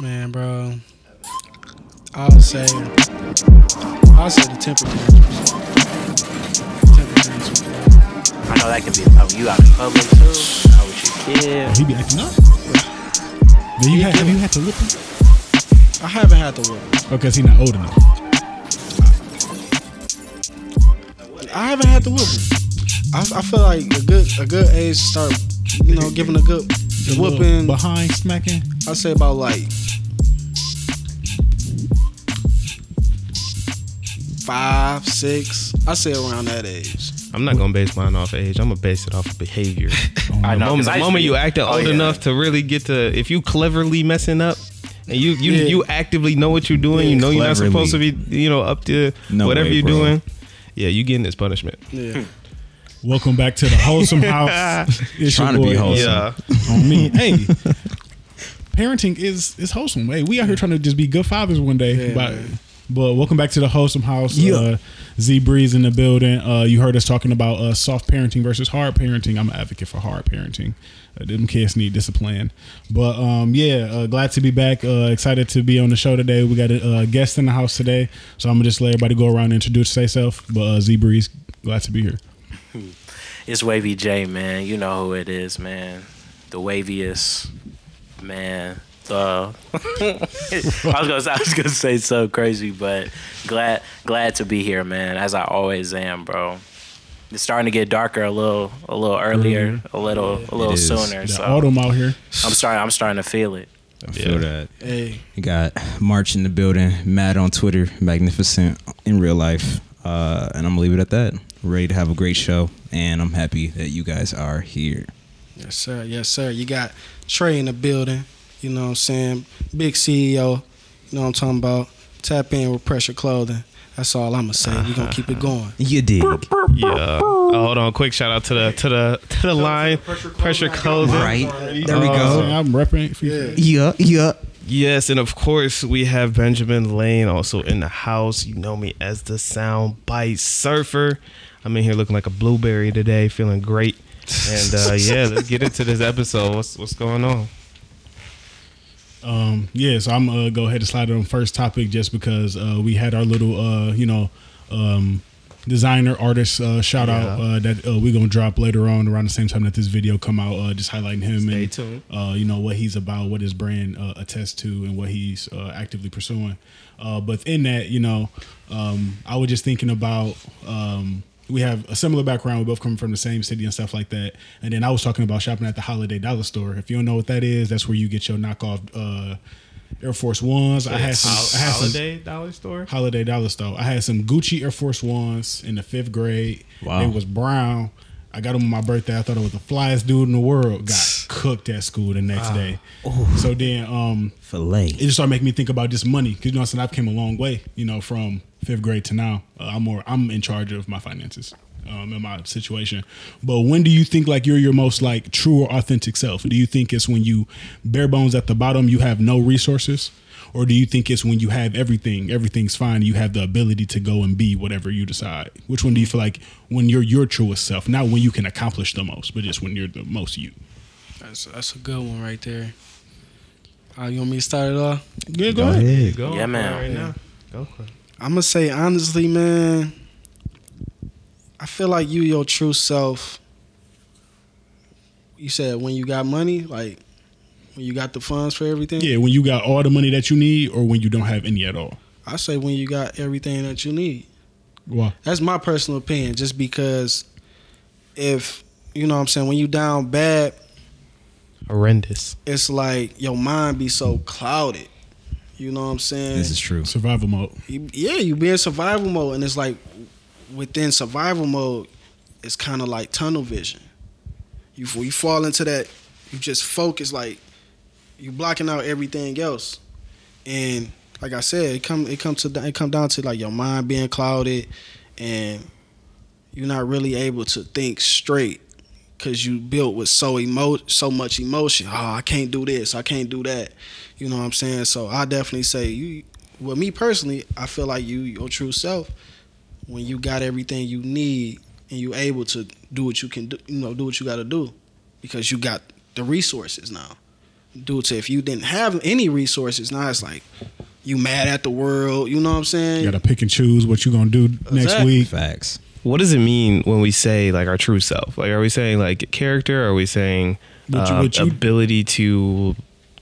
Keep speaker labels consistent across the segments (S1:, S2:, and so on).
S1: Man, bro. I'll say, I'll say the temper tantrums. Temper tantrums, bro.
S2: I know that could be a problem. You out in public too. Out with your kid.
S3: He be acting up. Do you have, have you had to whip him?
S1: I haven't had to whip.
S3: Because he not old enough.
S1: I haven't had to whip. I, I feel like a good a good age to start, you know, giving a good
S3: The little
S1: whooping.
S3: behind smacking.
S1: I say about like five, six. I say around that age.
S4: I'm not gonna base mine off age. I'm gonna base it off of behavior.
S2: I
S4: The
S2: know. 'cause
S4: moment,
S2: I used
S4: the
S2: to
S4: moment
S2: be-
S4: you act
S2: Oh,
S4: old
S2: yeah.
S4: enough to really get to, if you cleverly messing up, and you you,
S1: Yeah.
S4: you actively know what you're doing, you know you're not
S3: Cleverly.
S4: supposed to be, you know, up to
S5: No
S4: whatever
S5: way,
S4: you're
S5: bro.
S4: doing. Yeah, you getting this punishment.
S1: Yeah.
S3: Welcome back to the wholesome house. It's your
S5: Trying to be
S3: boy,
S5: wholesome.
S4: Yeah,
S3: on me. Hey, parenting is is wholesome. Hey, we out here trying to just be good fathers one day.
S1: Yeah,
S3: but,
S1: man.
S3: but welcome back to the wholesome house. Uh, Z Breeze in the building. Uh, you heard us talking about uh, soft parenting versus hard parenting. I'm an advocate for hard parenting. Uh, them kids need discipline. But um, yeah, uh, glad to be back. Uh, excited to be on the show today. We got a uh, guest in the house today, so I'm gonna just let everybody go around and introduce themselves. But uh, Z Breeze, glad to be here.
S2: It's Wavy J, man. You know who it is, man. The waviest man. The I was gonna say, I was gonna say so crazy, but glad glad to be here, man. As I always am, bro. It's starting to get darker a little a little earlier,
S3: Mm-hmm.
S2: a little a little
S5: is.
S2: sooner.
S3: The
S2: So
S3: autumn out here.
S2: I'm starting I'm starting to feel it.
S5: I feel that.
S1: Hey.
S5: We got March in the building, Matt on Twitter, magnificent in real life. Uh, and I'm gonna leave it at that. Ready to have a great show, and I'm happy that you guys are here.
S1: Yes, sir. Yes, sir. You got Trey in the building. You know what I'm saying? Big CEO. You know what I'm talking about? Tap in with pressure clothing. That's all I'm going to say. We're going to keep it going.
S5: You dig?
S4: yeah. Oh, hold on, quick shout out to the to the to the line pressure closing. Oh,
S5: Right. There we
S3: Uh,
S5: go.
S3: I'm repping. for you.
S5: Yeah, yeah.
S4: Yes, and of course we have Benjamin Lane also in the house. You know me as the sound bite surfer. I'm in here looking like a blueberry today, feeling great. And uh, yeah, let's get into this episode. What's what's going on?
S3: Um, yeah, so I'm gonna go ahead and slide on first topic just because uh, we had our little, uh, you know, um, designer artist uh, shout out
S4: Yeah.
S3: uh, that uh, we're gonna drop later on around the same time that this video come out. Uh, just highlighting him
S4: Stay
S3: and
S4: tuned.
S3: Uh, you know what he's about, what his brand uh, attests to, and what he's uh, actively pursuing. Uh, but in that, you know, um, I was just thinking about. Um, we have a similar background. We both come from the same city and stuff like that. And then I was talking about shopping at the Holiday Dollar Store. If you don't know what that is, that's where you get your knockoff uh, Air Force Ones. I had some. I had some
S4: holiday dollar store.
S3: Holiday Dollar Store. I had some Gucci Air Force Ones in the fifth grade.
S5: Wow.
S3: They was brown. I got them on my birthday. I thought I was the flyest dude in the world. Got cooked at school the next day. So then, um, it
S5: Filet.
S3: just started making me think about just money because you know, since I've came a long way, you know, from fifth grade to now, uh, I'm more I'm in charge of my finances um, in my situation. But when do you think like you're your most like true or authentic self? Do you think it's when you bare bones at the bottom, you have no resources, or do you think it's when you have everything, everything's fine, you have the ability to go and be whatever you decide? Which one do you feel like when you're your truest self, not when you can accomplish the most, but just when you're the most you?
S1: That's, that's a good one right there. Uh, you want me to start it off?
S3: Yeah,
S5: Go ahead.
S4: Go
S2: Yeah,
S4: on,
S2: man.
S4: Right now. Go for it.
S1: I'm gonna say honestly, man. I feel like you your true self. You said when you got money, like when you got the funds for everything.
S3: Yeah, when you got all the money that you need, or when you don't have any at all.
S1: I say when you got everything that you need.
S3: Wow.
S1: That's my personal opinion. Just because, if you know what I'm saying, when you down bad,
S4: Horrendous.
S1: it's like your mind be so clouded. You know what I'm saying?
S5: This is true.
S3: Survival mode.
S1: you- yeah, you be in survival mode, and it's like within survival mode, it's kind of like tunnel vision. You when you fall into that, you just focus like you blocking out everything else, and like I said, it come it come to it come down to like your mind being clouded, and you're not really able to think straight because you built with so emo so much emotion. Oh, I can't do this, I can't do that. You know what I'm saying? So I definitely say you well, me personally, I feel like you, your true self, when you got everything you need and you able to do what you can do, you know, do what you got to do, because you got the resources now. due to if you didn't have any resources. Now it's like you mad at the world. You know what I'm saying?
S3: You gotta pick and choose what you gonna do next
S4: Exactly.
S3: week.
S5: Facts.
S4: What does it mean when we say like our true self? Like, are we saying like character? Are we saying
S3: What you-
S4: uh,
S3: what you-
S4: ability to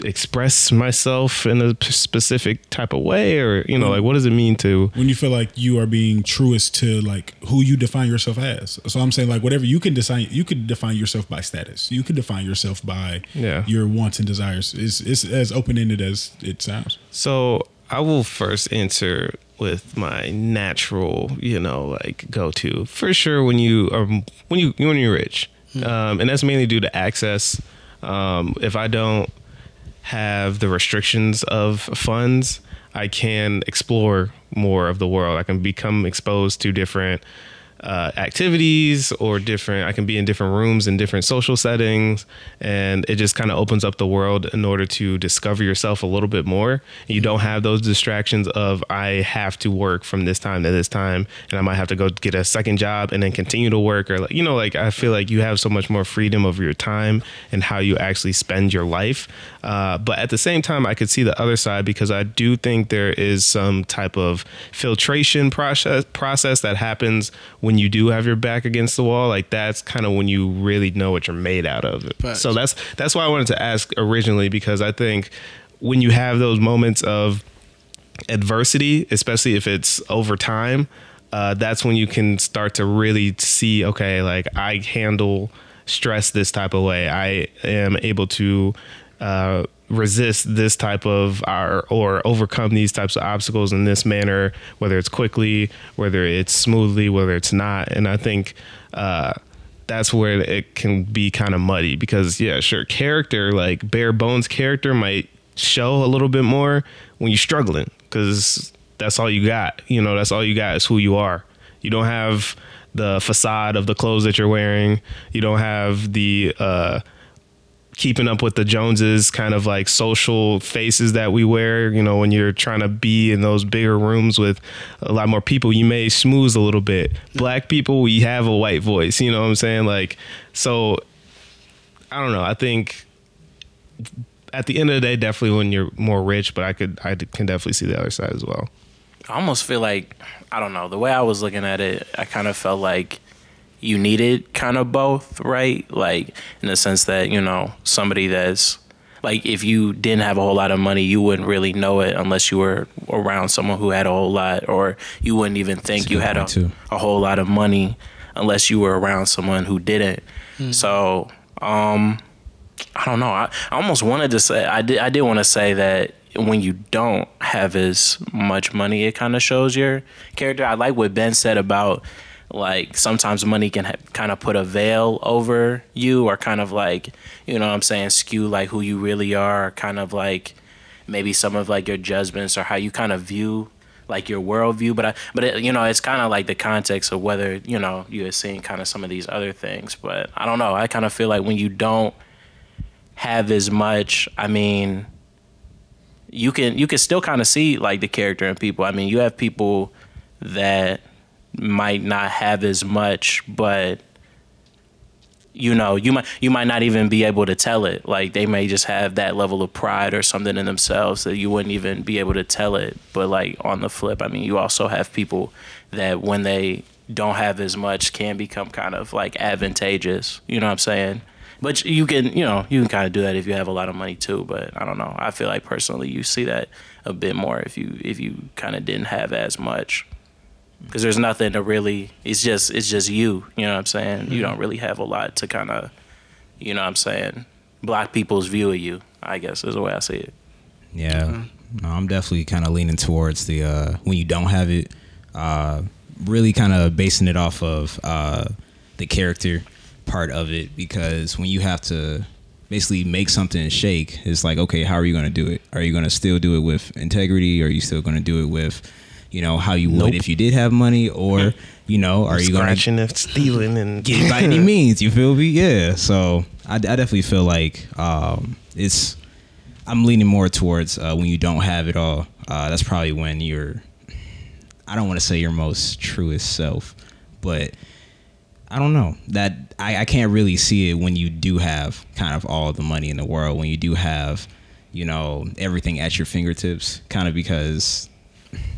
S4: express myself in a p- specific type of way, or you know, like what does it mean to?
S3: when you feel like you are being truest to like who you define yourself as. So I'm saying like whatever you can decide, you could define yourself by status. You could define yourself by
S4: Yeah.
S3: your wants and desires. It's it's as open ended as it sounds.
S4: So I will first answer with my natural, you know, like go to for sure when you are when you when you're rich, um, and that's mainly due to access. Um, if I don't have the restrictions of funds, I can explore more of the world. I can become exposed to different uh, activities or different. I can be in different rooms in different social settings, and it just kind of opens up the world in order to discover yourself a little bit more. You don't have those distractions of I have to work from this time to this time, and I might have to go get a second job and then continue to work, or like you know, like I feel like you have so much more freedom over your time and how you actually spend your life. Uh, but at the same time, I could see the other side because I do think there is some type of filtration process process that happens when you do have your back against the wall. Like that's kind of when you really know what you're made out of.
S1: Facts.
S4: So that's that's why I wanted to ask originally because I think when you have those moments of adversity, especially if it's over time, uh, that's when you can start to really see, okay, like I handle stress this type of way. I am able to uh, resist this type of or, or overcome these types of obstacles in this manner, whether it's quickly, whether it's smoothly, whether it's not. And I think. Uh, that's where it can be kind of muddy because yeah sure character like bare bones character might show a little bit more when you're struggling because that's all you got you know that's all you got is who you are you don't have the facade of the clothes that you're wearing you don't have the uh keeping up with the Joneses kind of like social faces that we wear. You know, when you're trying to be in those bigger rooms with a lot more people, you may smooth a little bit. Black people, we have a white voice. You know what I'm saying? Like, so I don't know. I think at the end of the day, definitely when you're more rich, but I could, I can definitely see the other side as well.
S2: I almost feel like I don't know the way I was looking at it. I kind of felt like you needed kind of both, right? Like in the sense that you know somebody that's like if you didn't have a whole lot of money, you wouldn't really know it unless you were around someone who had a whole lot, or you wouldn't even think
S5: That's a
S2: you
S5: good
S2: had a,
S5: point, too.
S2: a whole lot of money unless you were around someone who didn't. So, um, I don't know. I, I almost wanted to say I did. I did want to say that when you don't have as much money, it kind of shows your character. I like what Ben said about like sometimes money can ha- kind of put a veil over you, or kind of like you know what I'm saying skew like who you really are, or kind of like maybe some of like your judgments or how you kind of view like your worldview but I, but it, you know it's kind of like the context of whether you know you are seeing kind of some of these other things but i don't know i kind of feel like when you don't have as much i mean you can you can still kind of see like the character in people i mean you have people that might not have as much but you know you might you might not even be able to tell it like they may just have that level of pride or something in themselves that you wouldn't even be able to tell it but like on the flip i mean you also have people that when they don't have as much can become kind of like advantageous you know what i'm saying but you can you know you can kind of do that if you have a lot of money too but i don't know i feel like personally you see that a bit more if you if you kind of didn't have as much because there's nothing to really it's just it's just you you know what i'm saying
S5: Mm-hmm.
S2: you don't really have a lot to kind of you know what i'm saying black people's view of you i guess is the way i see it
S5: Yeah. No, I'm definitely kind of leaning towards the uh, when you don't have it, uh, really kind of basing it off of uh, the character part of it because when you have to basically make something shake, it's like, okay, how are you going to do it? Are you going to still do it with integrity? Or are you still going to do it with, you know, how you would if you did have money? Or, you know, are you going to
S4: Scratching and stealing and
S5: get it by any means. You feel me? Yeah. So I, I definitely feel like um, it's. I'm leaning more towards uh, when you don't have it all. Uh, that's probably when you're. I don't want to say your most truest self, but I don't know that I, I can't really see it when you do have kind of all the money in the world when you do have you know everything at your fingertips kind of because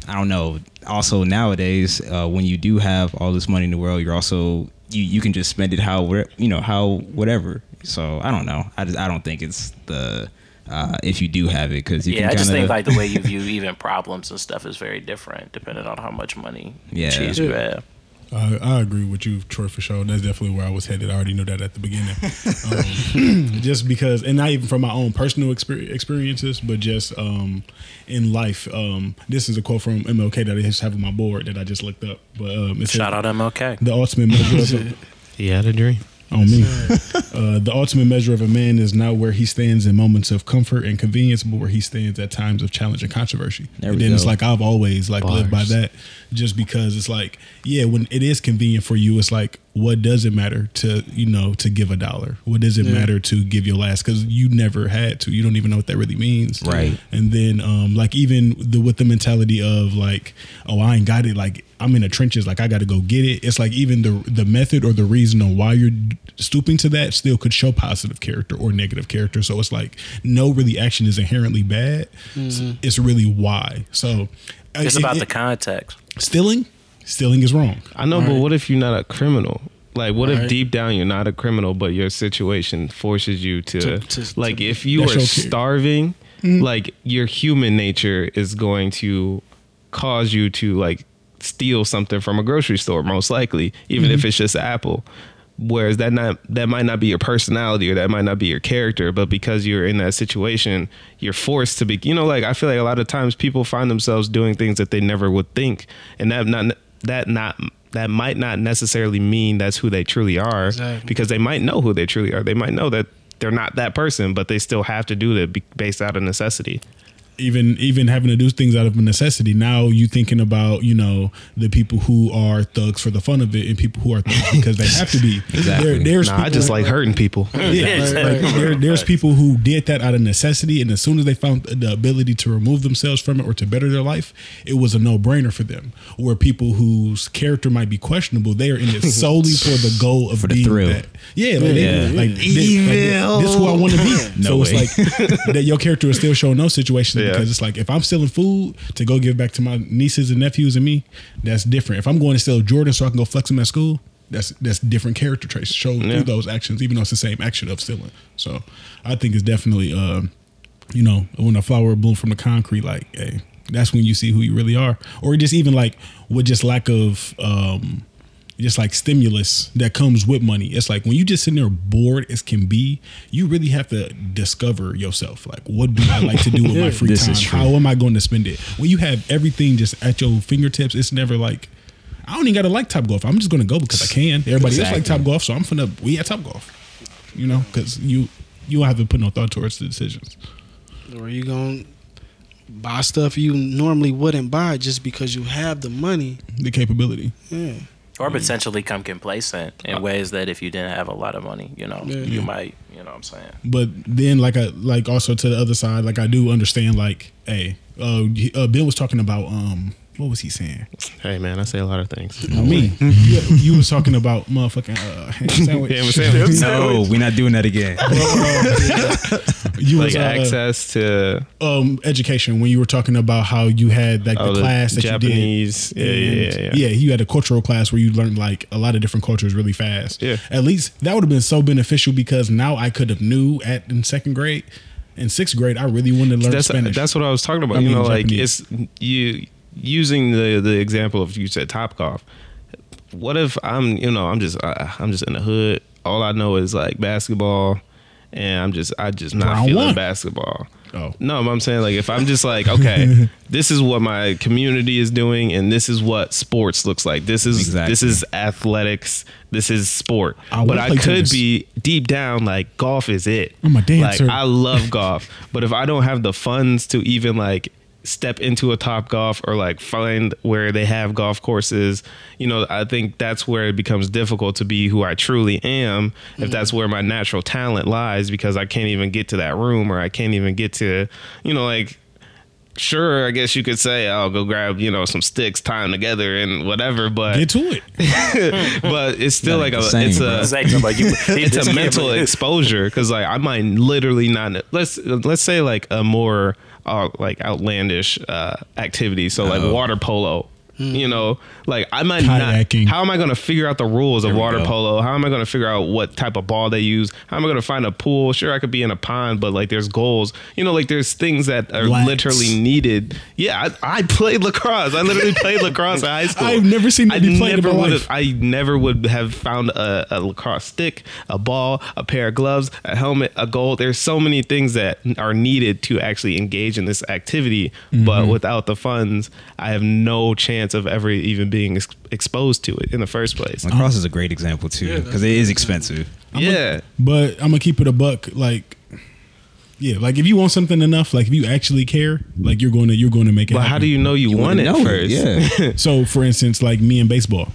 S5: I don't know also nowadays uh, when you do have all this money in the world you're also you, you can just spend it how where- you know how whatever so I don't know I, just, I don't think it's the uh, if you do have it because you
S2: yeah,
S5: can
S2: I just
S5: kinda-
S2: think like the way you view even problems and stuff is very different depending on how much money
S5: Yeah.
S2: yeah. cheese you have.
S3: I, I agree with you, Troy, for sure. That's definitely where I was headed. I already knew that at the beginning. Um, just because, and not even from my own personal exper- experiences, but just um, in life. Um, this is a quote from MLK that I just have on my board that I just looked up. But um, it says,
S2: Shout out MLK.
S3: The ultimate measure of
S4: He had a dream.
S3: on me. Uh, the ultimate measure of a man is not where he stands in moments of comfort and convenience, but where he stands at times of challenge and controversy.
S5: There
S3: and
S5: we
S3: then it's
S5: go.
S3: like I've always like lived by
S4: Bars.
S3: that, just because it's like yeah, when it is convenient for you, it's like what does it matter to you know to give a dollar? What does it matter to give your last? Because you never had to. You don't even know what that really means,
S5: Right.
S3: And then um like even the with the mentality of like oh I ain't got it like I'm in the trenches like I got to go get it. It's like even the the method or the reason on why you're stooping to that still could show positive character or negative character. So it's like no really action is inherently bad. It's, it's really why. So uh,
S2: It's
S3: it-
S2: about
S3: it-
S2: the context.
S3: stealing. Stealing is wrong.
S4: I know, but what if you're not a criminal? Like, what if
S1: Right.
S4: deep down you're not a criminal, but your situation forces you to,
S1: To- to-
S4: like, if you
S3: That's
S4: are
S3: okay. Mm-hmm.
S4: starving, like, your human nature is going to cause you to, like, steal something from a grocery store, most likely, even
S3: Mm-hmm.
S4: if it's just an apple. Whereas that not that might not be your personality or that might not be your character, but because you're in that situation, you're forced to be. You know, like I feel like a lot of times people find themselves doing things that they never would think, and that not that not that might not necessarily mean that's who they truly are,
S1: Exactly.
S4: because they might know who they truly are. They might know that they're not that person, but they still have to do that be- based out of necessity.
S3: even even having to do things out of necessity. Now you thinking about you know the people who are thugs for the fun of it and people who are thugs because they have to be.
S5: Exactly.
S3: there's
S4: Nah, I
S3: people-
S4: just like hurting people.
S3: Yeah,
S2: Yeah,
S3: like,
S2: exactly.
S3: there- there's people who did that out of necessity, and as soon as they found the ability to remove themselves from it or to better their life, it was a no-brainer for them. Where people whose character might be questionable, they are in it solely for the goal of
S5: For the
S3: being
S5: thrill.
S3: that. Yeah, like,
S5: Yeah.
S3: They, like, thi- like,
S5: Evil.
S3: this is who I want to be. so
S5: No way.
S3: it's like that your character is still showing those situations
S4: Yeah.
S3: because it's like if I'm stealing food to go give back to my nieces and nephews and me, that's different. If I'm going to steal Jordan so I can go flex him at school. That's that's different character traits shown
S4: Yeah.
S3: through those actions, even though it's the same action of stealing. So I think it's definitely, uh, you know, when a flower blooms from the concrete, like, hey, that's when you see who you really are, or just even like with just lack of. Um, just like stimulus that comes with money. It's like when you just sitting there bored as can be, you really have to discover yourself. Like, what do I like to do with my free
S5: This
S3: time?
S5: is true.
S3: How am I going to spend it? When you have everything just at your fingertips, it's never like I don't even gotta like Top Golf. I'm just gonna go because I can. Everybody else like
S5: Exactly.
S3: Top Golf, so I'm finna we at Top Golf. You know, because you you don't have to put no thought towards the decisions.
S1: Or you gonna buy stuff you normally wouldn't buy just because you have the money?
S3: The capability.
S1: Yeah.
S2: Or potentially come complacent in ways that if you didn't have a lot of money, you know, you might, you know what I'm saying?
S3: but then like I like also to the other side, like I do understand like hey, uh, he- uh Bill was talking about um what was he saying?
S4: Hey man, I say a lot of things.
S3: Me. you, you was talking about motherfucking uh, ham sandwich.
S4: Ham sandwich.
S5: no we're not doing that again
S3: you
S4: Like
S3: was uh,
S4: access to
S3: um education when you were talking about how you had like
S4: oh,
S3: the class that you did.
S4: Japanese. Yeah, yeah, yeah,
S3: And, you had a cultural class where you learned like a lot of different cultures really fast.
S4: Yeah.
S3: At least that would have been so beneficial because now I could have knew at in second grade, in sixth grade, I really wanted to learn
S4: that's uh,
S3: Spanish.
S4: that's what I was talking about.
S3: I
S4: you
S3: mean,
S4: know, like
S3: Japanese.
S4: it's you using the the example of you said Topgolf. What if I'm you know I'm just uh, I'm just in the hood. All I know is like basketball, and I'm just I just not
S3: Round
S4: feeling
S3: one.
S4: basketball.
S3: Oh.
S4: No, but I'm saying like if I'm just like okay, this is what my community is doing, and this is what sports looks like. This is
S5: Exactly.
S4: this is athletics. This is sport.
S3: I wanna
S4: but I
S3: play
S4: could
S3: tennis.
S4: be deep down like golf is it.
S3: I'm a dancer.
S4: Like I love golf, but if I don't have the funds to even like step into a top golf or like find where they have golf courses, you know, I think that's where it becomes difficult to be who I truly am if that's where my natural talent lies because I can't even get to that room or I can't even get to, you know, like sure, I guess you could say, "I'll go grab you know some sticks, tie them together, and whatever." But
S3: Get to it.
S4: but it's still
S5: Not
S4: like a
S5: the same,
S4: it's
S5: bro.
S4: a
S2: It's like, somebody- you-
S4: Uh, it's a
S2: Yeah,
S4: mental
S2: but-
S4: exposure because like I might literally not let's let's say like a more uh, like outlandish uh, activity. So like
S3: Oh.
S4: water polo. You know, like I might
S3: Hmm. Kayaking.
S4: not. How am I going to figure out the rules of
S5: we
S4: water
S5: go.
S4: polo? How am I going to figure out what type of ball they use? How am I going to find a pool? Sure, I could be in a pond, but like there's goals. You know, like there's things that are
S3: Lax.
S4: literally needed. Yeah, I, I played lacrosse. I literally played lacrosse in high school.
S3: I've never seen
S4: I
S3: it be played in
S4: never
S3: my
S4: would
S3: life.
S4: have. I never would have found a, a lacrosse stick, a ball, a pair of gloves, a helmet, a goal. There's so many things that are needed to actually engage in this activity, but without the funds, I have no chance of ever even being ex- exposed to it in the first place.
S5: Lacrosse is a great example too, because it is expensive.
S4: yeah,
S3: But I'm gonna keep it a buck. Like, yeah, like if you want something enough, like if you actually care, like you're going to you're going to make it.
S4: but how
S3: happen.
S4: do you know you, want
S5: wouldn't
S4: it
S5: know
S4: first?
S5: Yeah,
S3: So, for instance, like me and baseball.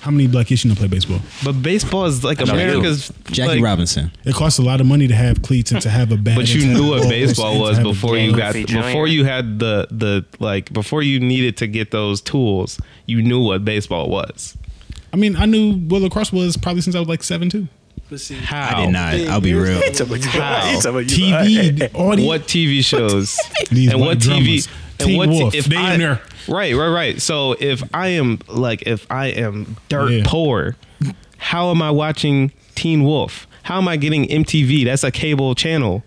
S3: How many black kids you know play baseball?
S4: But baseball is like
S2: know you.
S4: America's
S5: Jackie
S4: like,
S5: Robinson.
S3: It costs a lot of money to have cleats and to have a bat.
S4: But
S3: and
S4: you
S3: to have
S4: knew
S3: balls
S4: what baseball
S3: and to
S4: was
S3: have a
S4: before you
S3: ball.
S4: got
S2: Luffy Jr.
S4: before you had the the like before you needed to get those tools. You knew what baseball was.
S3: I mean, I knew what lacrosse was probably since I was like seven too.
S1: But see,
S4: How?
S5: I did not.
S1: Oh,
S5: I'll be real.
S2: Wow.
S3: TV, all these,
S4: What TV shows
S3: These
S4: and
S3: white
S4: what
S3: drummers.
S4: TV
S3: Teen
S4: and what
S3: Wolf,
S4: t- if
S3: they in
S4: I,
S3: there.
S4: right, right, right. So if I am like if I am dirt
S3: Yeah.
S4: poor, how am I watching Teen Wolf? How am I getting MTV? That's a cable channel.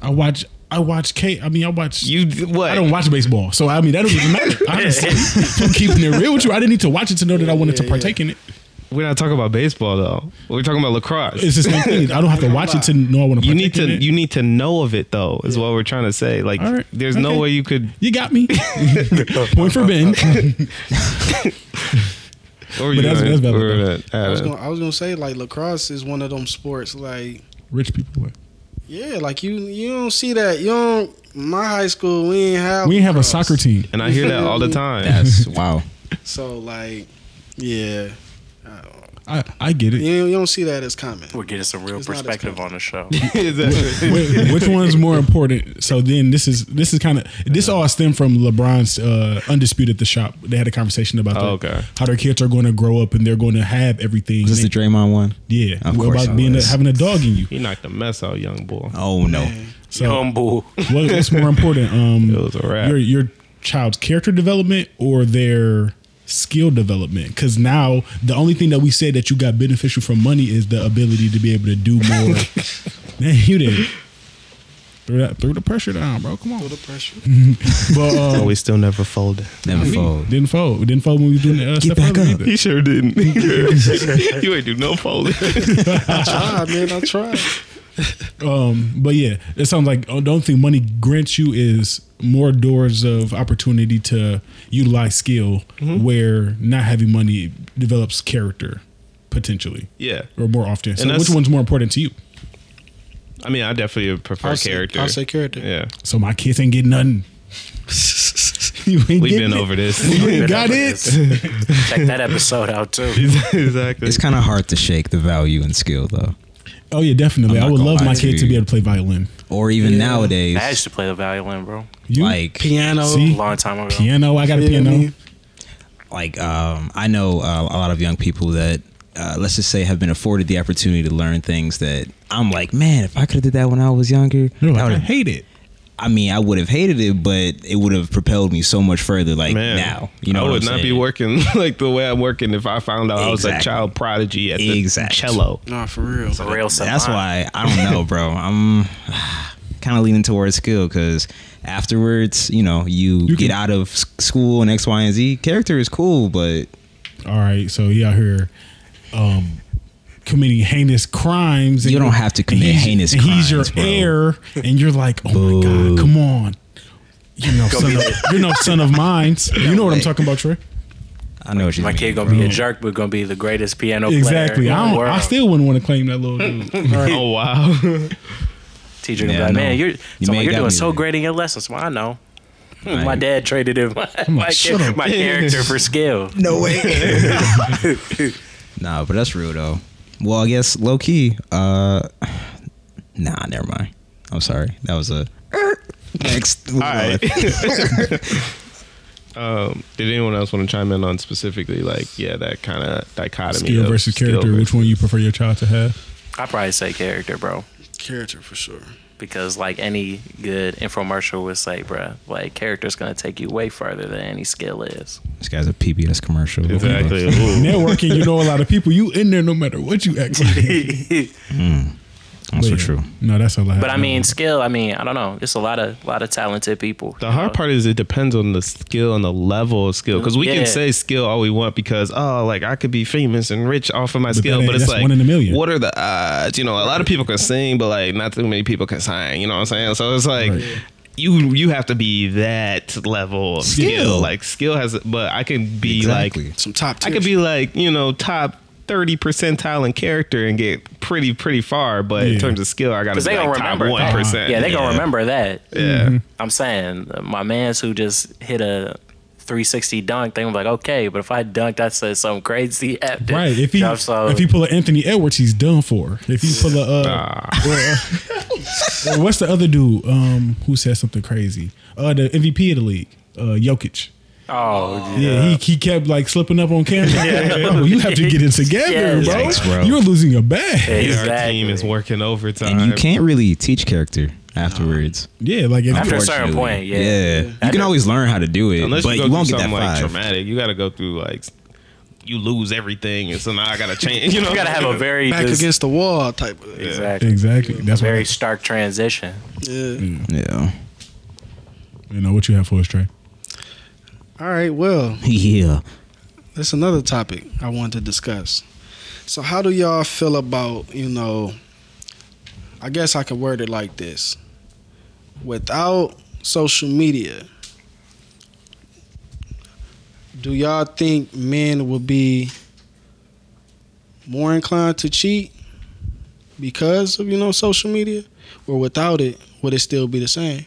S3: I watch. I watch K. I mean, I watch.
S4: You what?
S3: I don't watch baseball, so I mean that don't even matter. Honestly, I'm keeping it real with you. I didn't need to watch it to know that I wanted to partake in it.
S4: We're not talking about baseball though. We're talking about lacrosse.
S3: It's the same thing. I don't have to watch it to know I want to.
S4: You
S3: Partake
S4: need to
S3: In it.
S4: you need to know of it though, is what we're trying to say. Like
S3: All right.
S4: there's no
S3: Okay.
S4: way you could
S3: You got me. Point for Ben.
S4: or
S3: But
S4: you
S3: that's-
S4: know,
S3: that's better,
S4: or
S3: though.
S4: that,
S1: I
S4: uh,
S1: was, gonna, I was gonna say like lacrosse is one of them sports like
S3: Rich people play.
S1: yeah like you you don't see that you don't my high school we ain't have
S3: We have a
S1: lacrosse.
S3: soccer team.
S4: and I hear that all the time.
S5: That's wow.
S1: so like yeah
S3: I, I get it.
S1: you, you don't see that as common
S2: We're getting some real
S1: It's not as
S2: perspective on the show.
S4: Exactly.
S3: Wh- Which one's more important? So then this is this is kind of this all stemmed from LeBron's uh, undisputed at the shop. They had a conversation about
S4: Oh,
S3: that.
S4: okay.
S3: how their kids are going to grow up and they're going to have everything.
S5: Was this the Draymond one?
S3: yeah,
S5: Of
S3: Well,
S5: course
S3: about
S5: it
S3: being a,
S5: was.
S3: having a dog in you.
S4: He knocked the mess out, young boy.
S5: Oh no.
S3: So
S2: Humble.
S3: what, what's more important? Um,
S4: Um, It was a wrap.
S3: your your child's character development or their skill development because now the only thing that we said that you got beneficial from money is the ability to be able to do more man you did throw that throw the pressure down bro come on
S1: the pressure
S3: but uh,
S4: But we still never folded.
S5: Never fold.
S3: didn't fold didn't fold when we was doing the uh,
S5: Get
S3: stuff
S5: back
S3: earlier
S5: up.
S3: either.
S4: sure didn't. you ain't do no folding.
S1: I tried man I tried
S3: um but yeah it sounds like oh, the only thing money grants you is more doors of opportunity to utilize skill
S4: Mm-hmm.
S3: where not having money develops character potentially
S4: yeah.
S3: or more often. So
S4: And
S3: which
S4: that's-
S3: one's more important to you?
S4: I mean I definitely prefer
S1: I'll say-
S4: character.
S1: I'll say character
S4: yeah.
S3: So my kids ain't getting nothing. you ain't
S4: We've
S3: getting
S4: been
S3: it.
S4: over this.
S3: You
S2: Been
S3: ain't got
S2: over
S3: it.
S2: this. Check that episode out too.
S4: exactly.
S5: It's kind of hard to shake the value and skill though.
S3: Oh yeah, definitely.
S5: I'm
S3: I
S5: not
S3: would
S5: gonna
S3: love
S5: lie
S3: my
S5: to
S3: kid to
S5: you.
S3: be able to play violin.
S5: Or even nowadays,
S2: I used to play the violin, bro.
S3: You
S5: like
S1: piano
S3: See?
S2: A long time ago.
S3: piano. I got a
S1: Yeah,
S3: piano.
S1: man.
S5: like um, I know uh, a lot of young people that uh, let's just say have been afforded the opportunity to learn things that I'm like, man, if I could have did that when I was younger,
S3: You're
S5: I
S3: like, I
S5: would've-
S3: hate it.
S5: I mean, I would have hated it, but it would have propelled me so much further. Like
S4: Man,
S5: now, you know,
S4: I
S5: what
S4: would not
S5: I'm
S4: be
S5: saying?
S4: working like the way I'm working if I found out I was a
S5: Exactly.
S4: child prodigy at the
S5: Exactly.
S4: cello.
S1: nah for real
S2: It's a real
S5: That's
S2: savant.
S5: why I don't know, bro. I'm kind of leaning towards skill because afterwards, you know, you,
S3: can-
S5: get out of s- school and X, Y, and Z. Character is cool, but
S3: All right, so he out here um, committing heinous crimes.
S5: You don't have to
S3: and
S5: commit
S3: he's-
S5: heinous
S3: and He's your
S5: crimes, bro.
S3: heir, and you're like, oh my god, come on. You know, son of, you know, son of mine. You know what I'm talking about, Trey.
S5: I know what you
S2: My
S5: mean.
S2: kid gonna be a jerk, but gonna be the greatest piano player.
S3: Exactly.
S2: in
S3: I
S2: the
S3: don't.
S2: world.
S3: I still wouldn't want to claim that little dude.
S4: Oh wow.
S2: teacher gonna
S5: Yeah,
S2: be like,
S5: I know.
S2: man, you're
S5: You
S2: so
S5: may
S2: you're
S5: got
S2: doing
S5: me
S2: so
S5: there."
S2: great in your lessons. Well, I know. Hmm, My
S5: Right.
S2: dad traded in my, my,
S3: shut
S2: cha-
S3: up.
S2: my character for skill.
S5: No way. nah, but that's real though. Well, I guess low key. Uh, nah, never mind. I'm sorry. That was a Next.
S4: All right. um, did anyone else want to chime in on specifically, like, yeah, that kind of dichotomy?
S3: Skill
S4: of
S3: versus
S4: skill
S3: character.
S4: versus-
S3: Which one you prefer your child to have?
S2: I probably say character, bro,
S1: Character for sure.
S2: because like any good infomercial would say, bruh, like character's gonna take you way further than any skill is.
S5: This guy's a PBS commercial.
S4: Exactly. Ooh.
S3: Networking, you know a lot of people. You in there no matter what you act like.
S5: Also
S3: But yeah.
S5: true.
S3: No, that's a lot.
S2: But I mean, skill. I mean, I don't know. It's a lot of lot of talented people.
S4: The hard part is it depends on the skill and the level of skill. Because we
S2: Yeah.
S4: can say skill all we want because oh, like I could be famous and rich off of my skill,
S3: that-
S4: but it's
S3: that's
S4: like
S3: one in a million.
S4: What are the odds? You know, a lot of people can sing, but like not too many people can sing. You know what I'm saying? So it's like.
S3: Right.
S4: You you have to be that level of skill.
S5: Skill.
S4: Like skill has, but I can be
S5: Exactly.
S4: like
S1: Some top.
S4: I could be like you know top thirty percentile in character and get pretty pretty far. But
S3: Yeah.
S4: in terms of skill, I got to
S2: Because
S4: be
S2: they gonna
S4: like top
S2: remember
S4: one
S2: that.
S4: percent.
S2: Yeah, they gonna
S5: Yeah.
S2: remember that.
S4: Yeah.
S2: I'm saying uh, my man's who just hit a 360 dunk. They gonna be like, okay, but if I dunked, I said something crazy after.
S3: Right. If he
S2: You know, so-
S3: if he pull an Anthony Edwards, he's done for. If he pull a uh, or, uh, or what's the other dude um, who said something crazy? Uh, the MVP of the league, uh, Jokic.
S2: oh,
S3: Yeah, he, he kept like slipping up on camera. Bro, you have to get it together,
S2: Yes.
S3: bro.
S5: Thanks, bro.
S3: You're losing your bag.
S4: Our
S2: exactly.
S4: team is working overtime.
S5: And you can't really teach character afterwards.
S3: Yeah, like it,
S2: After a certain
S5: unfortunately.
S2: point, yeah.
S5: You can always learn how to do it,
S4: Unless
S5: but
S4: you go
S5: you, won't
S4: through
S5: get that
S4: something like
S5: five.
S4: traumatic, you got to go through like s- you lose everything, and so now I got to change. You know,
S2: You gotta have a very
S1: back
S2: just-
S1: against the wall type. Of, yeah.
S2: exactly
S3: exactly. That's
S2: very
S3: very
S2: stark transition.
S5: yeah.
S3: you know what you have for us, Trey.
S1: All right. Well,
S5: Yeah.
S1: that's another topic I wanted to discuss. So, how do y'all feel about you know? I guess I could word it like this: without social media, do y'all think men would be more inclined to cheat because of you know social media, or without it, would it still be the same?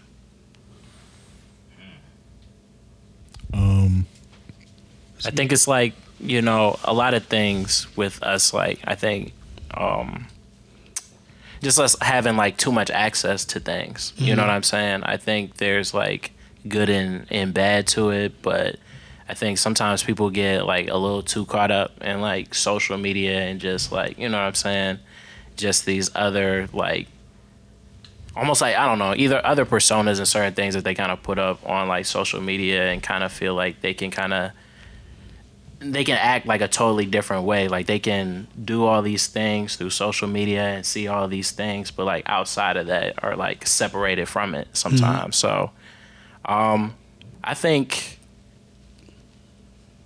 S3: Um,
S2: I think it's like you know a lot of things with us. Like I think, um, just us having like too much access to things. You know what I'm saying? I think there's like good and and bad to it, but I think sometimes people get like a little too caught up in like social media and just like you know what I'm saying, just these other like. Almost like I don't know, either other personas and certain things that they kind of put up on like social media and kind of feel like they can kind of they can act like a totally different way. Like they can do all these things through social media and see all these things, but like outside of that are like separated from it sometimes. So um I think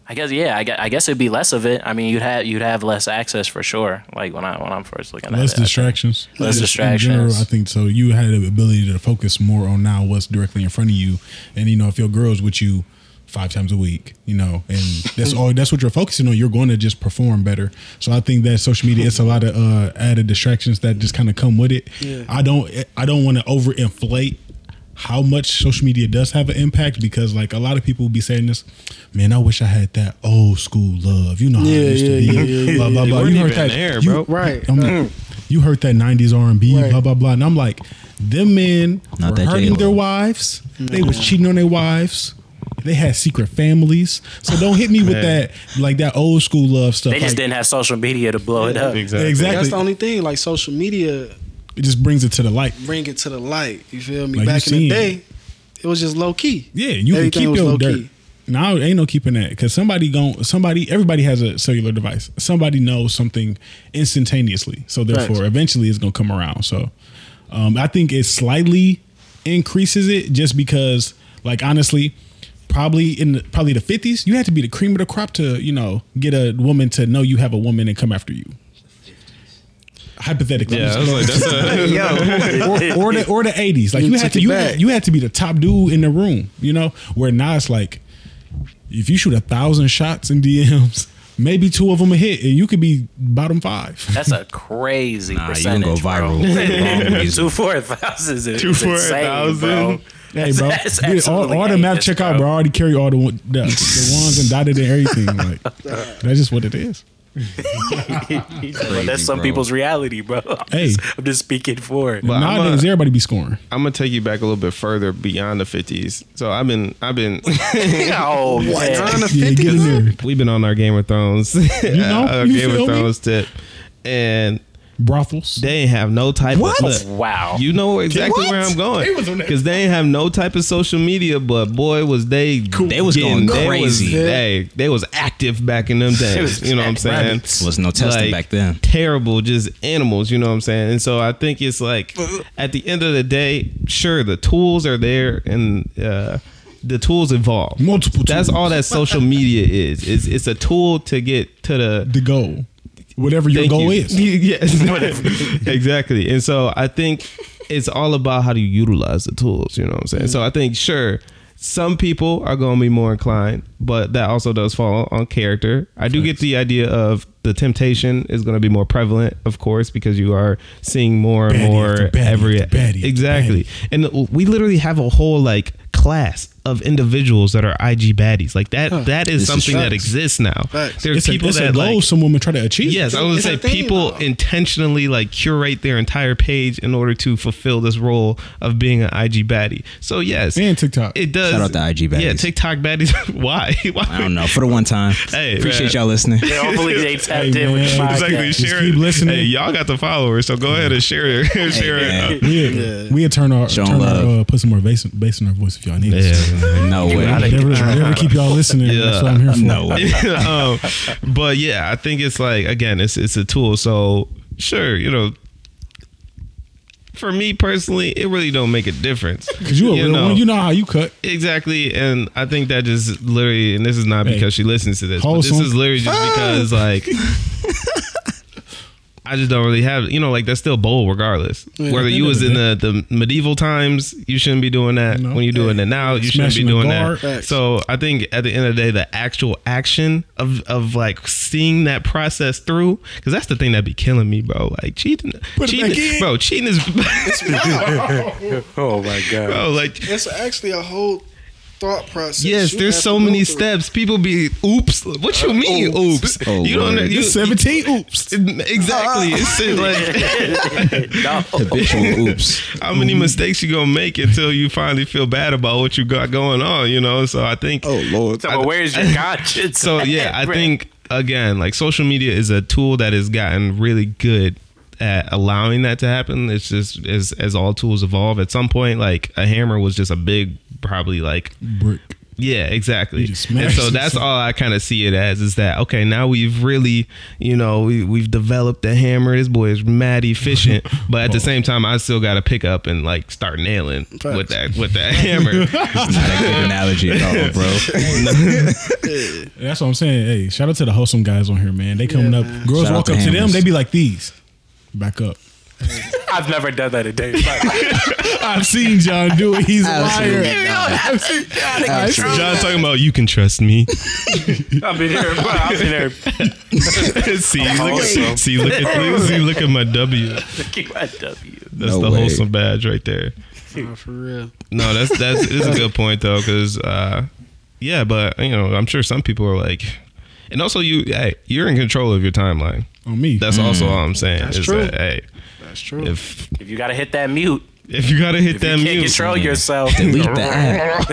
S2: I guess yeah, I guess, I guess it'd be less of it. I mean, you'd have you'd have less access for sure. Like when I when I'm first looking
S3: less
S2: at it. I think-
S3: distractions.
S2: Less
S3: In
S2: distractions.
S3: general, I think so. You had the ability to focus more on now what's directly in front of you, and you know if your girl's with you five times a week, you know, and that's all. That's what you're focusing on. You're going to just perform better. So I think that social media, it's a lot of uh, added distractions that just kind of come with it.
S1: Yeah.
S3: I don't. I don't want to overinflate. How much social media does have an impact because, like, a lot of people be saying this, man, I wish I had that old school love. You know how
S1: Yeah,
S3: it used
S1: yeah,
S3: to be.
S1: yeah, yeah,
S3: blah, blah,
S4: You
S3: blah.
S4: weren't
S3: You heard
S4: even
S3: that.
S4: there,
S3: you-
S4: bro.
S1: Right.
S3: I'm
S2: Mm.
S3: like, you heard that '90s R&B,
S1: Right.
S3: blah blah blah, and I'm like, them men
S5: Not
S3: were
S5: that
S3: hurting
S5: J-Lo.
S3: their wives. They
S2: Mm.
S3: was cheating on their wives. They had secret families. So don't hit me with that, like that old school love stuff.
S2: They just
S3: like,
S2: didn't have social media to blow it up.
S4: exactly.
S3: Exactly.
S1: That's the only thing. Like social media
S3: It just brings it to the light.
S1: bring it to the light. You feel me?
S3: Like
S1: Back
S3: you seen.
S1: in the day, it was just low key.
S3: Yeah, you can
S1: Everything
S3: keep
S1: was
S3: your
S1: low-key.
S3: dirt. Now ain't no keeping that because somebody gon' somebody everybody has a cellular device. Somebody knows something instantaneously, so therefore eventually it's gonna come around. So um, I think it slightly increases it just because, like honestly, probably in the, probably the fifties, you had to be the cream of the crop to you know get a woman to know you have a woman and come after you. Hypothetically,
S4: Yeah, I was like, that's a,
S3: or, or the or the eighties. Like
S1: You
S3: you, had
S1: took
S3: to
S1: it
S3: you,
S1: back.
S3: had, you had to be the top dude in the room. You know where now it's like if you shoot a thousand shots in DMs, maybe two of them a hit, and you could be bottom five.
S2: That's a crazy
S5: Nah, you gonna
S2: percentage.
S5: go viral. Long
S2: Bro.
S5: reason.
S2: Two four thousand. Two
S4: four
S2: four thousand. Bro.
S4: thousand.
S3: Hey, bro,
S2: That's
S3: Dude, all,
S2: absolutely
S3: all the math
S2: heinous,
S3: check out, bro. I already carry all the one- the, the ones and dotted and everything. Like that's just what it is.
S2: But that's some
S5: bro.
S2: people's reality, bro. I'm,
S3: Hey.
S2: just, I'm just speaking for it.
S4: But I'm
S3: Nowadays,
S4: a-
S3: everybody be scoring.
S4: I'm gonna take you back a little bit further beyond the 50s. So I've been, I've been,
S2: oh, man.
S1: Nine to
S3: Yeah, get in there.
S4: we've been on our Game of Thrones,
S3: know?
S4: our
S3: You
S4: Game of
S3: feel me?
S4: Thrones tip, and
S3: Brothels.
S4: they ain't have no type
S5: What?
S4: of. Look,
S2: Wow.
S4: You know exactly
S3: What?
S4: where I'm
S3: They was on that-
S4: going because they ain't have no type of social media, but boy, was they
S5: They was going
S4: they
S5: crazy.
S4: Was, they they was active back in them days.
S2: was
S4: you know what I'm saying?
S2: rabbits.
S5: Was no testing back then.
S4: Terrible, just animals. You know what I'm saying? And so I think it's like at the end of the day, sure, the tools are there and uh, the tools evolve.
S3: Multiple
S4: That's
S3: tools.
S4: all that social media is. It's it's a tool to get to the
S3: the goal, whatever your
S4: Thank
S3: goal
S4: you.
S3: is.
S4: Yes. exactly. And so I think it's all about how do you utilize the tools, you know what I'm saying? So I think sure some people are going to be more inclined, but that also does fall on character. I do get the idea of the temptation is going to be more prevalent, of course, because you are seeing more and
S3: Baddie
S4: more
S3: after baddie
S4: every
S3: after baddie after
S4: exactly. And we literally have a whole like class of individuals that are IG baddies. Like that that is
S5: This is
S4: something that
S5: facts.
S4: exists now.
S1: Facts.
S4: There's
S3: It's a,
S4: people
S3: it's
S4: that
S3: a goal
S4: like
S3: some women try to achieve.
S4: Yes, I was
S1: It's
S4: gonna
S1: a
S4: say
S1: thing,
S4: people
S1: though.
S4: intentionally like curate their entire page in order to fulfill this role of being an IG baddie. So yes,
S3: And TikTok.
S4: it does.
S5: Shout out to IG baddies.
S4: Yeah, TikTok baddies. Why? Why?
S5: I don't know. For the one time,
S4: Hey, man.
S5: appreciate y'all listening.
S2: Yeah, hopefully they tapped
S3: Hey,
S2: in with the
S3: man.
S4: Exactly.
S2: podcast.
S3: Just
S4: Share
S3: keep
S4: it.
S3: listening.
S4: Hey, y'all got the followers, so go ahead and share it. share
S5: man.
S4: it.
S3: Yeah,
S1: Yeah.
S3: we had turn our
S5: Show 'em
S3: turn
S5: love.
S3: our uh, put some more bass, in- bass in our voice if y'all need us.
S5: No way.
S3: Whatever, whatever keep y'all listening. That's what I'm here for.
S5: No way.
S4: um, but yeah, I think it's like again, it's it's a tool. So sure, you know. For me personally, it really don't make a difference.
S3: Cause you a real
S4: know.
S3: one. You know how you cut.
S4: Exactly, and I think that just literally, and this is not
S3: Hey.
S4: because she listens to this, but this
S3: Wholesome. Ah!
S4: is literally just because like I just don't really have, you know, like that's still bold regardless.
S1: Yeah,
S4: Whether
S3: at the
S4: you
S3: end
S4: was
S3: of
S4: in
S3: the
S4: the, the medieval times, you shouldn't be doing that.
S3: No.
S4: When you're doing it now, you shouldn't
S3: Smashing
S4: be
S3: the
S4: doing
S3: guard.
S4: that.
S1: Facts.
S4: So I think at the end of the day, the actual action of of like seeing that process through, because that's the thing that be killing me, bro. Like cheating,
S3: Put it back
S4: cheating,
S3: in.
S4: bro, cheating is.
S2: Oh, my God.
S4: Bro, like
S1: It's actually a whole thought process.
S4: Yes,
S1: you
S4: there's
S1: have
S4: so
S1: to go
S4: many
S1: through.
S4: steps. People be oops. What you mean oops?
S5: Oh,
S4: you don't. know-
S5: word.
S4: You,
S3: It's 17 oops.
S4: exactly. It's just like
S2: No.
S5: Habitual oops.
S4: how many mistakes you gonna make until you finally feel bad about what you got going on. You know. So I think.
S5: Lord.
S2: So, but where's your conscience?
S4: So yeah, I
S2: at, bro?
S4: think again, like social media is a tool that has gotten really good at allowing that to happen. It's just as as all tools evolve. At some point, like a hammer was just a big, probably like
S3: Brick.
S4: Yeah, exactly.
S3: You just
S4: And
S3: smash
S4: so that's
S3: something.
S4: all I kind of see it as is that okay? Now we've really, you know, we, we've developed the hammer. This boy is mad efficient, but at the same time, I still got to pick up and like start nailing with
S1: Facts.
S4: that with that hammer.
S5: Not a good analogy at all, bro.
S3: That's what I'm saying. Hey, shout out to the wholesome guys on here, man. They coming up. Girls
S5: Shout out
S3: walk
S5: to
S3: up to them.
S5: Hammers.
S3: They be like these. Back up.
S2: I've never done that a day. in my life.
S3: I've seen John do it. He's a liar.
S5: Absolutely
S3: I've seen- I've seen-
S4: John talking about you can trust me.
S2: I've been here. Bro, I've been here.
S4: see, look
S2: Awesome.
S4: at, see, look at, see, look at my W.
S2: Keep my W.
S4: That's
S5: No
S4: the
S5: way.
S4: wholesome badge right there.
S1: Nah, for real.
S4: No, that's that's it's a good point though, because uh, yeah, but you know, I'm sure some people are like, and also you, hey, you're in control of your timeline.
S3: on me.
S4: That's also all I'm saying.
S1: Mm. That's
S4: is
S1: true.
S4: That, hey,
S1: That's true.
S4: if
S2: If you gotta hit that mute,
S4: if you gotta hit
S2: if
S4: that
S2: you can't
S4: mute,
S2: control yourself,
S5: Delete the app.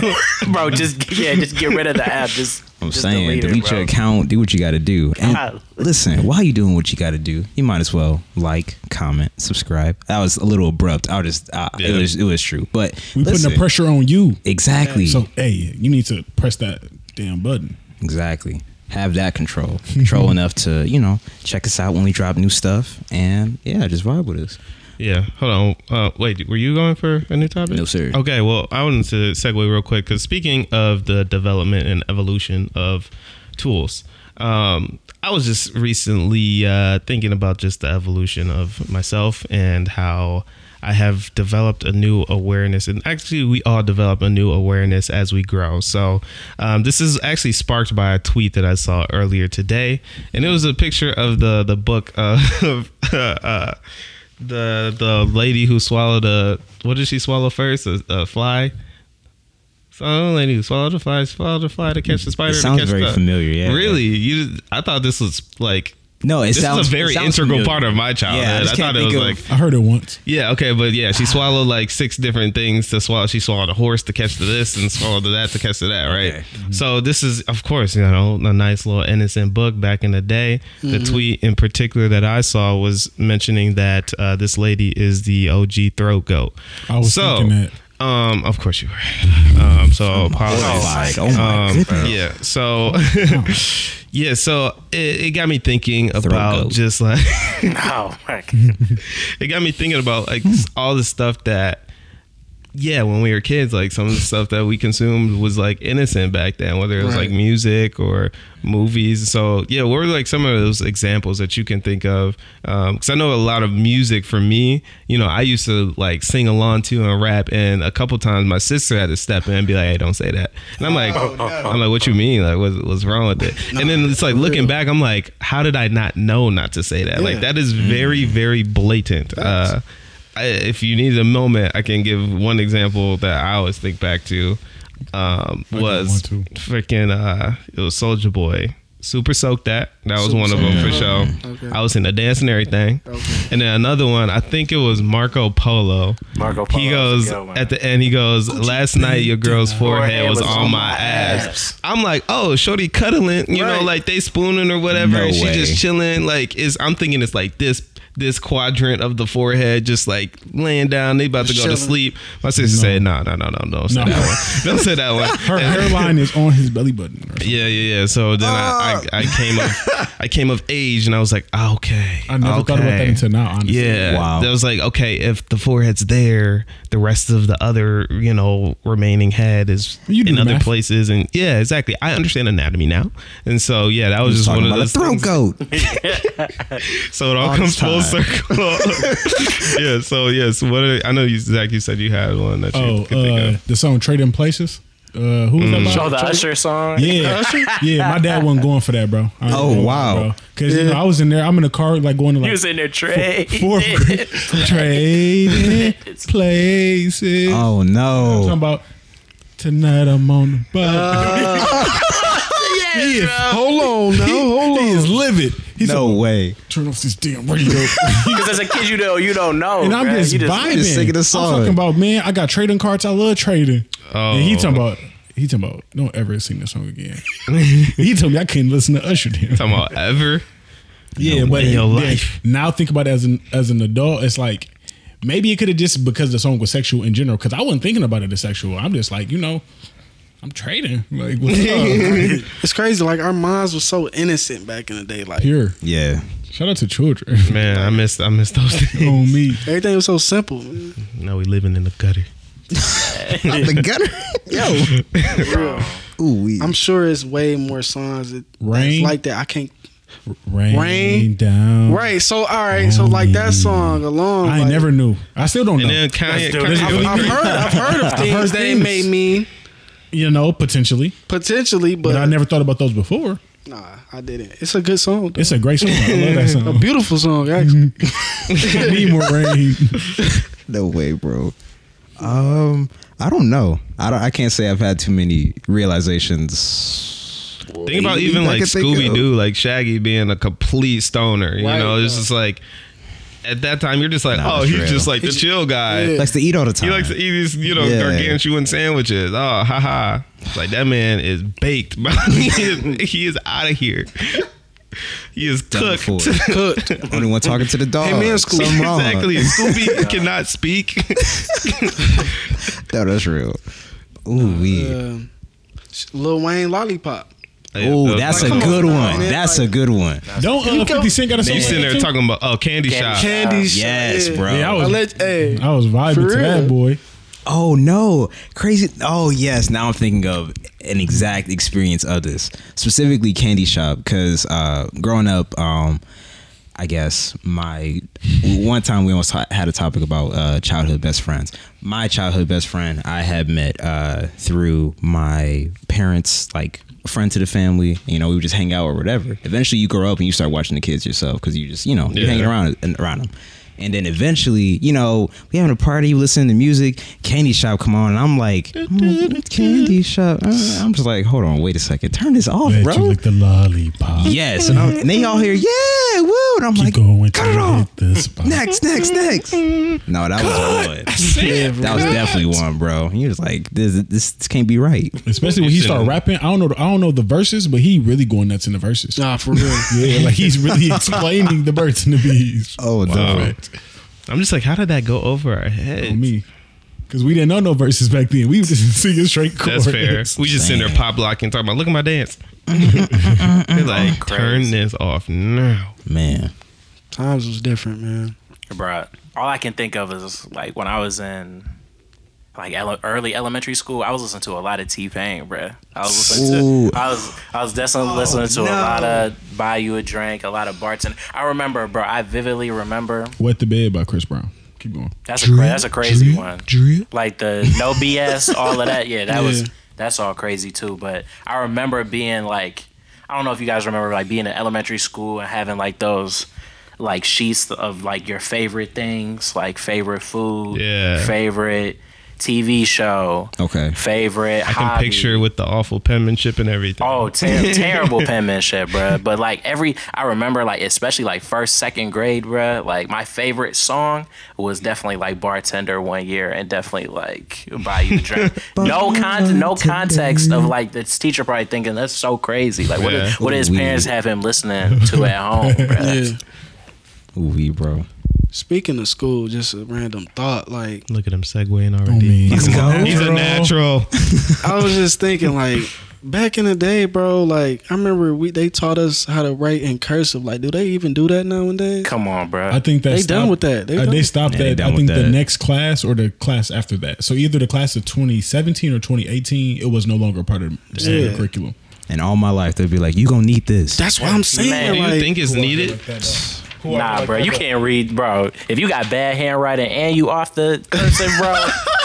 S2: bro, just yeah, just get rid of the app. Just
S5: I'm
S2: just
S5: saying, delete,
S2: delete, it, bro.
S5: your account. Do what you got to do. And
S2: God.
S5: listen, while you doing what you got to do, you might as well like, comment, subscribe. That was a little abrupt. I will just, uh,
S4: Yeah.
S5: it was, it was true. But
S3: we
S5: listen,
S3: putting the pressure on you.
S5: Exactly.
S3: So hey, you need to press that damn button.
S5: Exactly. Have that control. Control enough to, you know, check us out when we drop new stuff and yeah, just vibe with us.
S4: yeah. Hold on. Uh, wait, were you going for a new topic?
S5: No, sir.
S4: Okay. Well, I wanted to segue real quick because speaking of the development and evolution of tools, um, I was just recently uh, thinking about just the evolution of myself and how I have developed a new awareness, and actually, we all develop a new awareness as we grow. So, um, this is actually sparked by a tweet that I saw earlier today, and it was a picture of the the book uh, of uh, uh, the the lady who swallowed a what did she swallow first a, a fly. So, lady who swallowed a fly, swallowed a fly to catch the spider.
S5: It
S4: to
S5: sounds
S4: catch
S5: very
S4: the-
S5: familiar, yeah.
S4: Really, you? I thought this was like
S5: No, it
S4: This
S5: sounds
S4: is a very
S5: it sounds
S4: integral
S5: familiar.
S4: part of my childhood.
S5: Yeah, I
S4: I,
S5: just
S4: thought
S5: can't
S4: it was
S5: think
S4: like
S5: of-
S3: I heard it once.
S4: Yeah, okay, but yeah, she swallowed like six different things to swallow. She swallowed a horse to catch to this and swallowed to that to catch to that, right?
S5: Okay. Mm-hmm.
S4: So this is of course, you know, a nice little innocent book back in the day. The
S5: Mm-hmm.
S4: tweet in particular that I saw was mentioning that uh, this lady is the OG throat goat.
S3: I was
S4: so,
S3: thinking
S4: Um, of course you were. Um, so apologies.
S5: Like, oh my
S4: Um,
S5: goodness.
S4: yeah. So, yeah. So it, it got me thinking about
S5: goat.
S4: just like
S2: Oh my god.
S4: it got me thinking about like all the stuff that yeah when we were kids like some of the stuff that we consumed was like innocent back then whether it was
S1: Right.
S4: like music or movies so yeah what were like some of those examples that you can think of because i know a lot of music for me you know i used to like sing along to and rap and a couple times my sister had to step in and be like hey don't say that and i'm like i'm like what you mean like what's, what's wrong with it and then it's like looking back i'm like how did i not know not to say that like
S1: Yeah.
S4: that that is very, very blatant. Uh, I, if you need a moment, I can give one example that I always think back to. Um, was
S3: one
S4: freaking uh, it was Soldier Boy. Super soaked that. That was
S1: Super
S4: one of
S1: Soak
S4: them for
S1: That.
S4: sure.
S1: Okay.
S4: I was in the dance and everything.
S1: Okay.
S4: And then another one, I think it was Marco Polo.
S2: Marco
S4: He
S2: Polo's
S4: goes
S2: a good one.
S4: at the end. He goes, "Last night your girl's forehead was on my ass." I'm like, oh, Shorty cuddling, you
S1: Right.
S4: know, like they spooning or whatever,
S5: No
S4: and she
S5: way.
S4: just chilling. Like, is I'm thinking it's like this this quadrant of the forehead, just like laying down. They about to go
S1: Chilling.
S4: to sleep. My sister said, no, no, no, no, don't
S3: No.
S4: say that one. Don't say that one.
S3: Her hairline is on his belly button. Right?
S4: Yeah, yeah, yeah. So then I, I, I came of I came of age and I was like, ah, okay.
S3: I never thought about that
S4: okay.
S3: until now. Honestly,
S4: Yeah.
S5: Wow.
S4: That was like, okay, if the forehead's there, the rest of the other, you know, remaining head is
S3: You do
S4: in
S3: the
S4: other
S3: math.
S4: places. And yeah, exactly. I understand anatomy now. And so, yeah, that was just one
S5: Talking
S4: of
S5: about a
S4: those.
S5: throat
S4: things.
S5: goat.
S4: So it all, comes full circle. yeah. So, yes. What are, I know, you, Zach, you said you had one that you
S3: Oh,
S4: could think
S3: uh,
S4: of.
S3: the song "Trading Places." Uh, who was that?
S2: Show
S3: by?
S2: the Usher song.
S3: Yeah, yeah. My dad wasn't going for that, bro. I ain't
S5: Oh,
S3: going for it,
S5: wow.
S3: bro. Cause you know, I was in there. I'm in the car, like going to
S2: He
S3: like
S2: was in there trade.
S3: fourth grade. Trading places.
S5: Oh
S3: I'm talking
S5: no.
S3: about tonight. I'm on the bus. he is,
S1: Hold on now, hold
S3: Uh, he
S1: on.
S3: is livid. He's
S5: No
S3: like,
S5: way.
S3: turn off this damn radio.
S2: Because as a kid, you know, you don't know.
S3: and I'm
S2: bruh.
S3: just
S2: Oh, You just-
S3: vibing.
S5: just singing the song.
S3: I'm talking about man. I got trading cards. I love trading.
S4: Oh.
S3: And he talking about. He talking about don't ever sing this song again. he told me I couldn't listen to Usher then.
S4: Talking about ever.
S3: Yeah,
S4: No,
S3: but
S4: in your
S3: then-
S4: life.
S3: now think about it as an as an adult, it's like maybe it could have just because the song was sexual in general. Because I wasn't thinking about it as sexual. I'm just like you know, I'm trading like what's up?
S1: It's crazy. Like our minds were so innocent back in the day. Like
S3: pure.
S5: Yeah.
S3: Shout out to children.
S4: Man, I missed, I missed those days.
S3: On me,
S1: everything was so simple.
S4: now we living in the gutter.
S5: the gutter. Yo. Ooh, we.
S1: I'm sure it's way more songs that
S3: Rain.
S1: that's like that. I can't.
S3: rain,
S1: Rain.
S3: down.
S1: Right. So all right. So like that song alone.
S3: Mm. I
S1: like,
S3: never knew. I still don't
S4: And
S3: know.
S4: then Kanye,
S2: do it.
S4: Kanye-
S1: I've, I've heard. I've heard of things
S3: heard
S1: that
S3: things.
S1: made me
S3: You know, potentially,
S1: potentially, but,
S3: but I never thought about those before.
S1: Nah, I didn't. It's a good song. though.
S3: It's a great song. I love that
S1: a
S3: song.
S1: beautiful song,
S3: Mm.
S1: actually.
S3: Need more rain.
S5: No way, bro. Um, I don't know. I don't. I can't say I've had too many realizations.
S4: Think about
S5: Maybe
S4: even
S5: I
S4: like
S5: could think
S4: Scooby
S5: of-
S4: Doo, like Shaggy being a complete stoner. You
S1: Right,
S4: know, it's
S1: yeah.
S4: just like at that time you're just like,
S5: Nah,
S4: oh,
S5: that's
S4: he's
S5: real.
S4: just like the
S1: He's-
S4: chill guy.
S1: yeah.
S5: Likes to eat all the time.
S4: He likes to eat these, you know,
S5: Yeah.
S4: gargantuan sandwiches. Oh, haha! Like that man is baked. bro. he is, he is out of here. He is
S5: Done
S4: cooked.
S5: for.
S1: Cooked.
S5: Only one talking to the dog.
S1: Hey, man, Scooby.
S5: Something wrong.
S4: exactly. Scooby cannot speak.
S5: No, that's real. Ooh, we.
S1: Uh, Lil Wayne Lollipop.
S5: Ooh, that's a
S1: Come on,
S5: good
S1: man.
S5: one. That's a good one.
S3: Don't uh, Fifty Cent got a song?
S4: You
S3: like
S4: sitting
S3: that
S4: there
S3: too?
S4: talking about oh candy,
S2: Candy
S4: shop.
S2: Shop.
S1: Candy. Shop.
S5: Yes,
S1: Yeah.
S5: bro.
S3: Yeah, I
S1: I
S3: was-
S1: let, hey,
S3: I was vibing
S1: For
S3: to that
S1: real.
S3: boy.
S5: Oh no, crazy! Oh yes, now I'm thinking of an exact experience of this, specifically candy shop. Because uh, growing up, um, I guess my one time we almost ha- had a topic about uh, childhood best friends. My childhood best friend I had met uh, through my parents, like a friend to the family. You know, we would just hang out or whatever. Eventually, you grow up and you start watching the kids yourself because you just you know you're
S4: Yeah.
S5: hanging around around them. And then eventually, you know, we having a party, listening to music, Candy Shop come on, and I'm like, "Mm, Candy Shop. Uh, I'm just like, hold on, wait a second, turn this off,
S3: Let you
S5: bro.
S3: lick the lollipop.
S5: Yes, and, I'm, and they all hear, yeah, woo, and I'm
S3: Keep
S5: like,
S3: going
S5: cut it
S3: till you
S5: off.
S3: hit the spot.
S5: Next, next, next. No, that was one. that was definitely one, bro. He was like, this, this, this can't be right.
S3: Especially when he
S4: Should've-
S3: start rapping. I don't know. The, I don't know the verses, but he really going nuts in the verses.
S1: Nah, for real.
S3: Yeah, like he's really explaining the birds and the bees.
S5: Oh,
S3: Perfect.
S4: I'm just like, how did that go over our
S3: on
S4: head?
S3: me. Because we didn't know no verses back then. We was just singing straight chords.
S4: That's fair. We just sitting there pop blocking, talking about, look at my dance. They're like, turn
S2: Crazy.
S4: this off now.
S5: man.
S1: Times was different, man.
S2: Bruh, all I can think of is like when I was in like ele- early elementary school, I was listening to a lot of T Pain, bruh. I was listening
S5: Ooh.
S2: to, I was, I was definitely listening to a lot of "Buy You a Drink," a lot of Barton. I remember, bro. I vividly remember.
S3: Wet the Bed by Chris Brown. Keep going.
S2: That's a cra- that's a crazy one.
S3: Drip.
S2: Like the no BS, all of that. Yeah, that
S1: Yeah.
S2: was that's all crazy too. But I remember being like, I don't know if you guys remember like being in elementary school and having like those like sheets of like your favorite things, like favorite food,
S4: Yeah.
S2: favorite TV show,
S5: Okay.
S2: favorite.
S4: I can picture with the awful penmanship and everything.
S2: Oh, ter- terrible penmanship, bruh. But like every, I remember like especially like first, second grade, bruh. Like my favorite song was definitely like "Bartender" one year, and definitely like "Buy You a Drink." no con, no context of like this teacher probably thinking that's so crazy. Like what?
S4: Yeah.
S2: what did his
S5: Weird.
S2: parents have him listening to at home, bruh?
S1: Yeah.
S5: Ooh, we, bro.
S1: Speaking of school, just a random thought. Like
S4: Look at him segueing
S3: Oh,
S4: already.
S3: man.
S4: He's a natural.
S1: I was just thinking, like back in the day, bro. Like I remember we they taught us how to write in cursive. Like, do they even do that nowadays?
S2: Come on,
S3: I
S2: bruh.
S3: think that's
S1: They done with that. They
S3: They, uh,
S1: done
S3: they
S1: with-
S3: stopped
S5: Yeah, they
S3: that.
S5: done
S3: I
S5: with
S3: think the
S5: that.
S3: next class or the class after that. So either the class of 2017 or 2018, it was no longer part of the standard
S1: Yeah.
S3: curriculum.
S5: And all my life, they'd be like, you gonna need this.
S1: That's what I'm saying.
S2: Man,
S4: Do you
S1: like,
S4: think it's needed?
S2: Nah, bruh. You can't read, bro. If you got bad handwriting and you off the cursive, bro.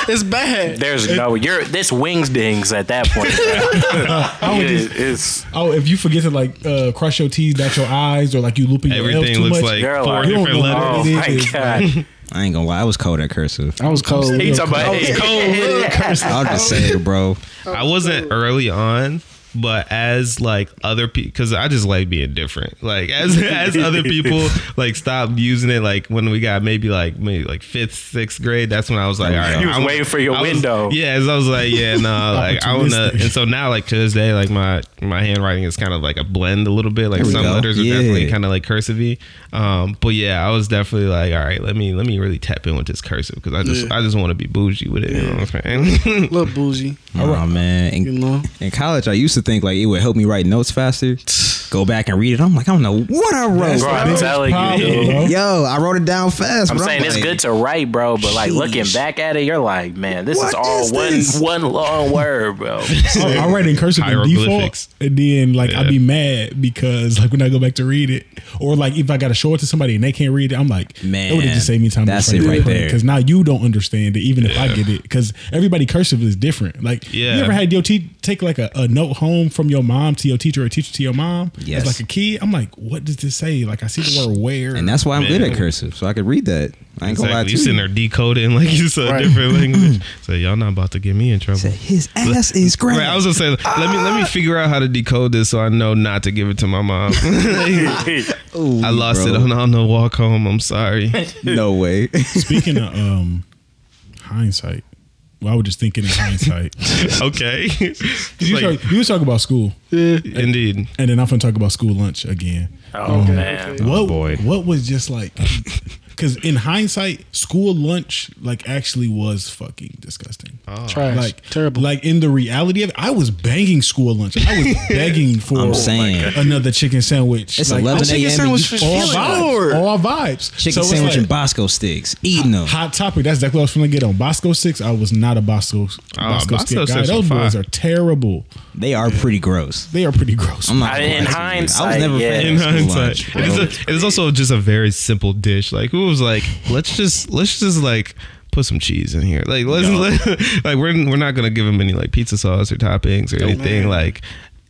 S1: it's bad.
S2: There's no you're this wings dings at that point. bruh.
S3: I would
S2: It-
S3: just-
S2: it's
S3: Oh, if you forget to like uh, cross your T's, dot your I's, or like you looping your L's
S4: Everything
S3: too
S4: looks
S3: much.
S4: like
S2: Girl,
S4: four
S2: I- You
S3: don't
S4: different
S3: know how
S4: letters.
S2: Oh
S3: It
S2: my
S3: is,
S2: god!
S5: I ain't gonna lie, I was cold at cursive.
S1: I was cold.
S2: He talking about
S1: I was-
S2: hey,
S5: I'll just say it, bro.
S4: I wasn't early on, but as like other people, because I just like being different. Like as as other people like stop using it. Like when we got maybe like maybe like fifth, sixth grade, that's when I was like, all right,
S2: You was
S4: I'm-
S2: waiting for your
S4: I was-
S2: window.
S4: Yeah, as I was like, yeah, no, like I wanna.
S3: Opportunistic.
S4: And so now, like to this day, like my my handwriting is kind of like a blend a little bit. Like
S5: There we
S4: some
S5: go.
S4: letters are
S5: Yeah.
S4: definitely kind of like cursive. Um, but yeah, I was definitely like, all right, let me let me really tap in with this cursive because I just
S1: Yeah.
S4: I just want to be bougie with it. You know what I'm saying?
S1: little bougie,
S5: Oh man.
S1: you
S5: In,
S1: know.
S5: in college, I used to think like it would help me write notes faster. Go back and read it. I'm like, I don't know what I wrote.
S2: bro, I'm telling you,
S3: problem,
S2: dude.
S3: bro.
S5: Yo, I wrote it down fast.
S2: I'm
S5: bro.
S2: saying it's
S5: like,
S2: good to write, bro, but like looking
S5: Sheesh.
S2: back at it, you're like, man, this is
S5: What
S2: all
S5: is
S2: one
S5: this?
S2: one long word, bro.
S3: Oh, I write in cursive in default,
S4: Hieroglyphics.
S3: and then like I'd
S4: Yeah.
S3: be mad because like when I go back to read it, or like if I gotta show it to somebody and they can't read it, I'm like,
S5: Man,
S3: that would have just saved me time.
S5: that's it right there.
S3: Because now you don't understand it, even if I get it, because everybody cursive is different. Like,
S4: Yeah.
S3: you ever had your te- take like a, a note home from your mom to your teacher or teacher to your mom?
S5: Yes.
S3: As like a kid, I'm like, what does this say? Like I see the word where,
S5: And that's why I'm good
S4: Man.
S5: at cursive, so I could read that. I ain't gonna lie
S4: Exactly. You
S5: to you.
S4: sitting there decoding like you said
S1: Right.
S4: a different language. So y'all not about to get me in trouble.
S5: Said, His ass is great. Ah.
S4: Right, I was gonna say, let me let me figure out how to decode this so I know not to give it to my mom. I
S5: Ooh,
S4: lost
S5: bro.
S4: it on on the walk home. I'm sorry.
S5: No way.
S3: Speaking of um, hindsight, well, I was just thinking in hindsight. 'Cause
S4: okay.
S3: you,
S4: Like,
S3: talk- you was talking about school.
S4: indeed.
S3: And then I'm gonna talk about school lunch again. Um,
S2: Oh man,
S3: What
S5: boy.
S3: what was just like? Because in hindsight, school lunch like actually was fucking disgusting.
S1: Trash.
S3: Like
S1: terrible.
S3: Like in the reality of it, I was banging school lunch. I was begging for
S5: I'm saying.
S3: another chicken sandwich.
S5: It's
S3: like,
S5: 11
S1: chicken
S5: a.m. and
S1: sandwich
S5: you-
S1: was
S3: all
S1: feeling
S3: vibes.
S1: bored.
S3: All vibes.
S5: Chicken
S3: it's
S5: sandwich
S3: like,
S5: and Bosco sticks. Eating them.
S3: Hot topic. That's exactly what I was going to get on. Bosco six. I was not a Bosco. Bosco, stick
S4: Bosco
S3: guy.
S4: sticks are
S3: Those boys
S4: fire.
S3: are terrible.
S5: They are pretty gross.
S3: They are pretty gross.
S5: I'm not.
S2: I-
S5: gonna
S2: in
S5: lie to you. I was
S2: hindsight,
S5: never a
S2: yeah.
S5: fan
S4: In
S5: of school
S4: hindsight,
S5: lunch,
S4: it is,
S5: bro.
S4: a, it is also just a very simple dish. Like who was like, let's just let's just like put some cheese in here. Like let's let- like we're we're not gonna give him any like pizza sauce or toppings or anything. Like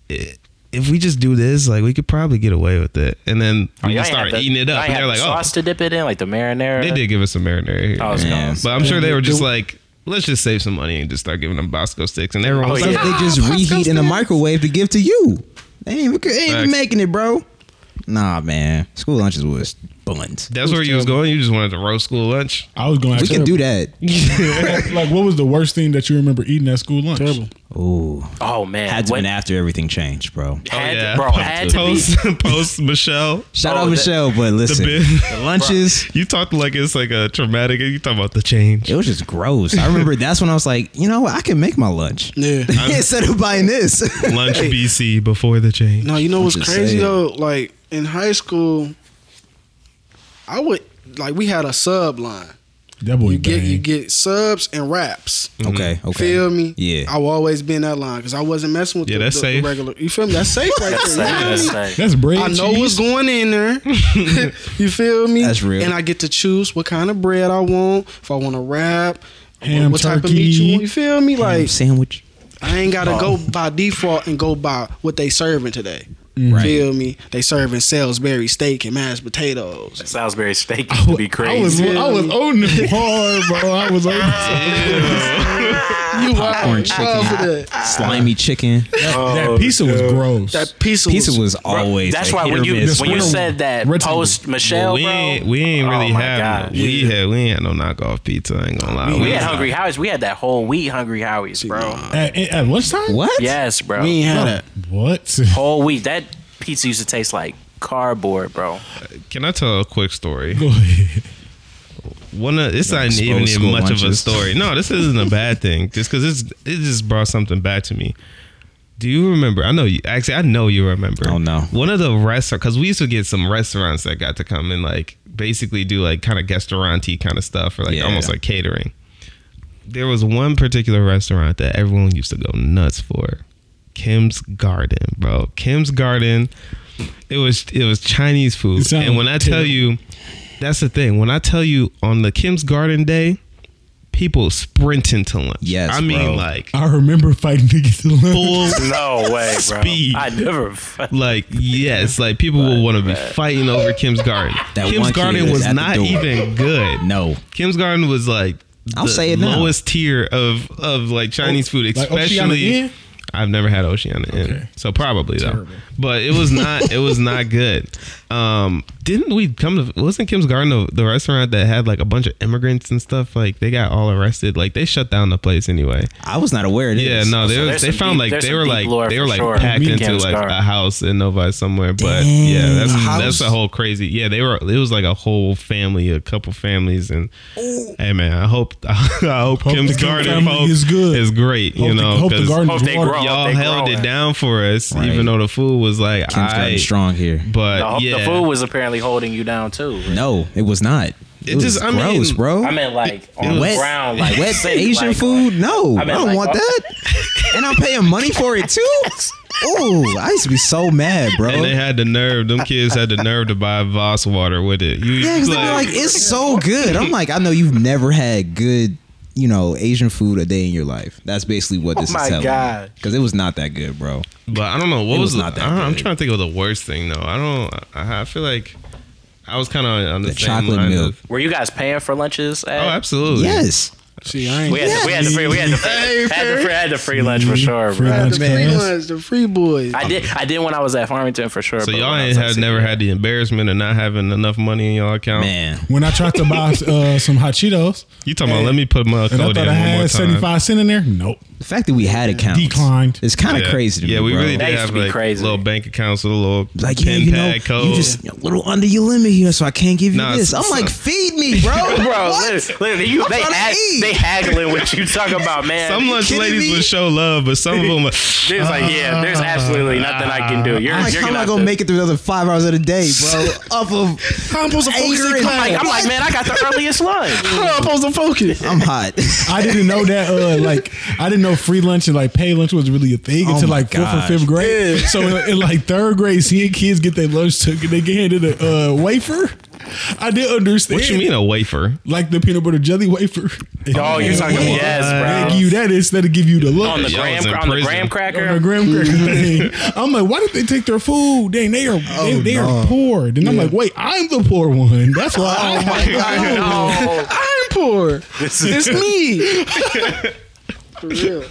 S4: it, if we just do this, like we could probably get away with it. And then we
S2: Y'all
S4: just
S2: ain't
S4: start
S2: have Oh, the-
S4: eating it
S2: y'all
S4: up.
S2: ain't
S4: And
S2: have
S4: they're
S2: the
S4: like, oh,
S2: sauce to dip it in, like the marinara.
S4: they did give us some marinara here.
S2: Oh, it's
S5: Yeah.
S2: gone.
S4: But I'm sure they were just like, let's just save some money and just start giving them Bosco sticks. And everyone
S2: Oh,
S4: was
S2: yeah.
S4: like,
S5: They
S4: "Ah,
S5: just
S4: Bosco
S5: reheat in the
S4: sticks."
S5: microwave to give to you. They ain't, even- they ain't even
S4: Facts.
S5: making it, bro. Nah, man. School lunches was buns.
S4: That's where you was going. You just wanted to roast school lunch.
S3: I was going.
S5: We can do that.
S3: that. like, what was the worst thing that you remember eating at school lunch?
S1: Terrible.
S5: Ooh,
S2: Oh man,
S5: had to
S2: When-
S5: been after everything changed, bro.
S2: had to-
S4: Oh, yeah.
S2: bro, had to be.
S4: Post, post Michelle.
S5: Shout
S2: Bro,
S5: out
S2: that-
S5: Michelle, but listen,
S4: bit-
S5: the lunches.
S4: You talked like it's like a traumatic. You talking about the change?
S5: It was just gross. I remember that's when I was like, you know what? I can make my lunch
S1: Yeah.
S5: instead of buying this.
S4: Lunch BC before the change.
S1: No, you know what's
S5: just
S1: crazy
S5: saying.
S1: though? Like in high school, I would like we had a sub line.
S3: That boy
S1: You get you
S3: banged.
S1: get subs and wraps.
S5: okay, okay.
S1: Feel me?
S5: Yeah.
S1: I will always be in that line because I wasn't messing with
S4: Yeah,
S1: the,
S4: that's
S1: the-
S4: safe.
S1: the regular. You feel me? That's safe right
S2: That's
S1: there.
S2: like-
S1: You feel
S2: that's
S1: me?
S2: like-
S3: That's bread.
S1: I know
S3: cheese.
S1: what's going in there. you feel me?
S5: That's real.
S1: And I get to choose what kind of bread I want. If I want a wrap,
S3: Ham,
S1: what type of meat
S3: turkey.
S1: you want. You feel me?
S5: Ham
S1: Like
S5: sandwich.
S1: I ain't gotta go by default and go by what they serving today.
S5: Right.
S1: Feel me? They serving Salisbury steak and mashed potatoes.
S2: Salisbury steak used to be
S3: I was
S2: crazy.
S3: I was on the hard, bro. I was on.
S1: You
S5: Popcorn chicken. Slimy chicken.
S2: Oh,
S3: that pizza was gross.
S1: That pizza,
S5: Pizza
S1: was,
S5: was always.
S2: That's why
S5: like, hit
S2: when
S5: or
S2: you
S5: miss,
S2: when you
S3: Red
S5: bro.
S3: Table.
S2: said that
S3: Red Table.
S2: post Michelle,
S4: we
S2: bro,
S4: ain't, we ain't really
S2: oh my
S4: have
S2: God.
S4: no- we had we had no knockoff pizza. I ain't gonna lie.
S2: We had Hungry Howies. We had that whole wheat Hungry Howies, bro.
S3: at, at lunchtime?
S5: What?
S2: Yes, bro.
S1: we ain't had that.
S3: What?
S2: Whole wheat. That pizza used to taste like cardboard, bro.
S4: Can I tell a quick story?
S3: Go ahead.
S4: One of this
S5: Don't
S4: ain't even
S5: expose
S4: much
S5: school
S4: of a
S5: lunches.
S4: story. No, this isn't a bad thing. Just because it's it just brought something back to me. Do you remember? I know you actually. I know you remember.
S5: Oh, no.
S4: One of the restaurant because we used to get some restaurants that got to come and like basically do like kind of restauranty kind of stuff or like
S5: Yeah.
S4: almost like catering. There was one particular restaurant that everyone used to go nuts for, Kim's Garden, bro. Kim's Garden. It was it was Chinese
S3: It
S4: food,
S3: sound
S4: and when I tell
S3: terrible.
S4: you, that's the thing. When I tell you on the Kim's Garden day, people sprinting to lunch.
S5: Yes,
S4: I mean
S5: bro.
S4: like
S3: I remember fighting to get to lunch.
S4: full
S2: No way, bro.
S4: Speed.
S2: I never.
S4: like yes, like people will want to be fighting over Kim's Garden.
S5: That one
S4: Kim's
S5: kid
S4: Garden
S5: that's
S4: was
S5: at the
S4: not
S5: door.
S4: even good.
S5: No.
S4: Kim's Garden was like
S5: I'll
S4: the
S5: say it now.
S4: lowest tier of of like Chinese food,
S3: Oh, Like Oceana
S4: especially.
S3: Inn?
S4: I've never had Oceana Inn,
S3: Okay.
S4: so probably
S3: Terrible.
S4: though. But it was not it was not good. Um, didn't we come to? Wasn't Kim's Garden the, the restaurant that had like a bunch of immigrants and stuff? Like they got all arrested. Like they shut down the place anyway.
S5: I was not aware of this.
S4: Yeah, no, they,
S2: So
S4: was-
S2: there's
S4: they
S2: some
S4: found
S2: deep-
S4: like
S2: there's
S4: they
S2: some
S4: were
S2: deep
S4: like
S2: lore
S4: they
S2: for
S4: were like
S2: sure.
S4: packed
S2: Weekend's
S4: into like
S2: Garden.
S4: a house in Novi somewhere. But
S5: Dang.
S4: yeah, that's
S5: A house?
S4: that's a whole crazy. Yeah, they were. It was like a whole family, a couple families, and hey man, I hope I hope,
S3: Hope
S4: Kim's
S3: the Kim
S4: Garden
S3: family
S4: hope
S3: is good.
S4: Is great,
S3: Hope
S4: you
S3: the-
S4: know.
S3: hope the
S4: 'cause
S3: garden
S2: Hope they
S3: water.
S2: grow.
S4: Y'all
S2: they
S4: held
S2: growing.
S4: it down for us,
S5: Right.
S4: even though the food was like
S5: Kim's
S4: I.
S5: gotten strong here.
S4: But
S2: No,
S4: yeah,
S2: The food was apparently holding you down too.
S5: No, it was not. It,
S4: It
S5: was
S4: just- I mean-
S5: gross, bro.
S2: I meant like on the
S5: wet,
S2: ground, like
S5: wet
S2: sick,
S5: Asian
S2: like-
S5: food. No, I,
S2: I meant
S5: don't
S2: like-
S5: want that. and I'm paying money for it too. Ooh, I used to be so mad, bro.
S4: and they had the nerve. Them kids had the nerve to buy Voss water with it. You
S5: yeah, 'cause they were like, it's so good. I'm like, I know you've never had good, you know, Asian food a day in your life. That's basically what this
S2: Oh my
S5: is telling
S2: God.
S5: Because it was not that good, bro.
S4: But I don't know what was.
S5: It was
S4: the-
S5: not that
S4: I don't, I'm
S5: good.
S4: trying to think of the worst thing though. I don't. I, I feel like I was kind of on the,
S5: The
S4: same
S5: chocolate
S4: line
S5: milk.
S4: of-
S2: Were you guys paying for lunches? At?
S4: oh, absolutely.
S5: Yes.
S3: See, I ain't.
S2: We had, the, we had the free, we had the free, had the free, had the free lunch for sure,
S3: Free
S2: bro.
S3: lunch.
S1: The
S3: Man,
S1: free
S3: that's-
S1: ones, the free boys.
S2: I did, I did when I was at Farmington for sure.
S4: So
S2: but
S4: y'all
S2: when I
S4: ain't
S2: was at
S4: had never
S2: CBS.
S4: had the embarrassment of not having enough money in y'all account.
S5: Man.
S3: When I tried to buy uh, some hot Cheetos,
S4: You talking
S3: Hey.
S4: about? Let me put my
S2: Oh,
S3: and I
S4: code in
S3: thought I
S4: one
S3: had
S4: more time.
S3: 75 cent in there. Nope.
S5: The fact that we had accounts
S3: Declined.
S5: It's kind of
S4: Yeah.
S5: crazy to
S4: yeah,
S5: me.
S4: we
S5: bro.
S4: really
S2: That
S4: did
S2: used
S4: have
S2: to be
S4: like
S2: crazy.
S4: little bank accounts with a little
S5: like yeah,
S4: pin
S5: you know,
S4: pad code.
S5: you just a little under your limit here, so I can't give you
S4: Nah,
S5: this. I'm
S4: it's- uh,
S5: like, feed me, bro.
S2: Bro,
S5: What?
S2: listen, listen, you,
S5: I'm
S2: they,
S5: tryna
S2: ag-
S5: eat.
S2: they haggling what you talk about, Oh, man.
S4: Some lunch
S5: kidding
S4: ladies
S5: me?
S4: would show love, but some of them. Like,
S2: There's like, yeah, there's absolutely nothing I can do. You're,
S5: I'm like,
S2: you're
S5: how am
S2: gonna
S5: I
S2: have
S5: gonna
S2: to-
S5: make it through the other five hours of the day, bro? Off of
S1: How I'm supposed to focus
S5: Asian
S1: in
S5: class.
S1: class?
S2: I'm like, man, I got the earliest lunch.
S1: How I'm supposed to focus?
S5: I'm hot.
S3: I didn't know that. Uh, like, I didn't know free lunch and like pay lunch was really a thing
S5: Oh
S3: until
S5: my
S3: like fourth or
S5: gosh.
S3: fifth grade. So in, in like third grade, seeing kids get their lunch took, and they get handed a uh, wafer. I did understand.
S4: What you mean a wafer?
S3: Like the peanut butter jelly wafer.
S2: Oh, you're talking about yes,
S3: They
S2: bro.
S3: give you that instead of give you the look.
S2: on the
S4: Y'all
S2: graham
S4: was in
S2: on the
S4: prison.
S2: graham cracker.
S3: on the graham cracker thing. I'm like, why did they take their food? Dang, they are
S5: Oh,
S3: they, they are poor. Then I'm like, wait, I'm the poor one. That's why. oh my
S2: No.
S1: I'm poor.
S2: This is-
S1: It's me. For real.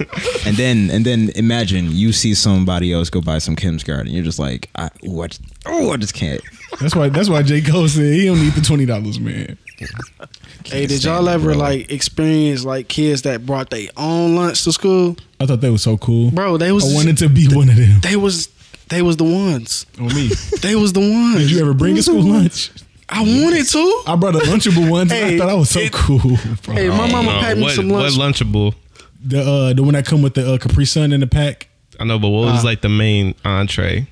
S5: And then and then imagine you see somebody else go buy some Kim's Garden. You're just like, I, ooh, I just, ooh, I just can't.
S3: That's why. That's why J Cole said he don't need the twenty dollars, man.
S1: Hey, did y'all ever like experience like kids that brought their own lunch to school?
S3: I thought that was so cool.
S1: Bro, they was
S3: I wanted to be one of them.
S1: they was they was the ones.
S3: On Oh, me.
S1: They was the ones.
S3: Did you ever bring a school lunch?
S1: I wanted to.
S3: I brought a Lunchable once. and I
S1: Hey,
S3: thought I was so
S1: it-
S3: cool. Bro.
S1: Hey, my mama
S4: No,
S1: packed me
S4: Uh, what,
S1: some
S4: what
S1: lunch.
S4: lunchable?
S3: The uh, the one that come with the uh, Capri Sun in the pack.
S4: I know, but what
S3: Uh,
S4: was like the main entree?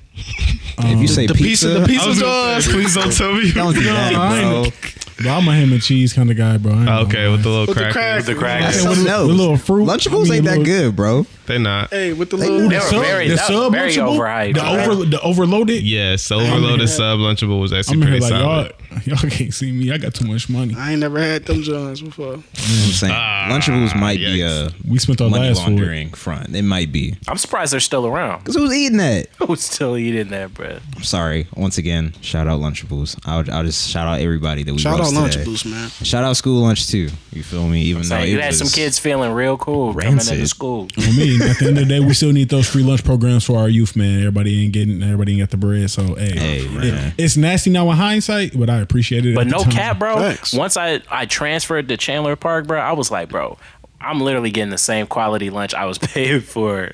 S5: if you say
S1: the piece
S5: pizza,
S1: of the pizza
S4: gonna
S1: jars.
S4: say, please don't tell me.
S5: don't do that,
S3: No, I
S5: bro.
S3: ain't- Bro, I'm a ham and cheese kind of guy, bro. I ain't gonna
S4: Oh, okay,
S3: lie.
S4: with the little
S1: With the
S4: crackers.
S1: crack.
S2: the crackers.
S3: with a-
S5: No,
S3: with a little fruit. I
S5: Lunchables
S3: mean,
S5: ain't that
S3: little-
S5: good, bro.
S4: They're not.
S1: Hey, with the
S5: They
S1: little
S5: were
S2: They were
S3: Sub-
S2: very,
S3: the
S2: that was
S3: sub
S2: very
S3: Lunchable?
S2: overhyped.
S3: The
S2: bro.
S3: over the overloaded.
S4: Yes, overloaded sub lunchable was actually
S3: I'm in here
S4: pretty
S3: like
S4: solid.
S3: y'all, y'all can't see me. I got too much money.
S1: I ain't never had them Johns before.
S5: You know what I'm saying
S2: Ah,
S5: Lunchables might be
S4: yikes.
S5: a
S3: We spent our
S5: money
S3: last food.
S5: laundering front. It might be
S2: I'm surprised they're still around.
S5: because who's eating that?
S2: Who's still eating that, bro?
S5: I'm sorry. Once again, shout out Lunchables. I'll, I'll just shout out everybody that we
S1: Shout out
S5: roast
S1: lunch
S5: today.
S1: boost, man.
S5: Shout out school lunch too. You feel me? Even though
S2: Like,
S5: it
S2: you had
S5: was-
S2: some kids feeling real cool coming into
S5: rancid.
S2: school.
S3: For me, at the end of the day, we still need those free lunch programs for our youth, man. Everybody ain't getting, everybody ain't got the bread. So hey,
S5: Hey,
S3: it-
S5: man.
S3: it's nasty now in hindsight, but I appreciate it.
S2: But
S3: at the
S2: no
S3: time.
S2: cap, bro.
S1: Facts.
S2: Once I I transferred to Chandler Park, bro, I was like, bro, I'm literally getting the same quality lunch I was paying for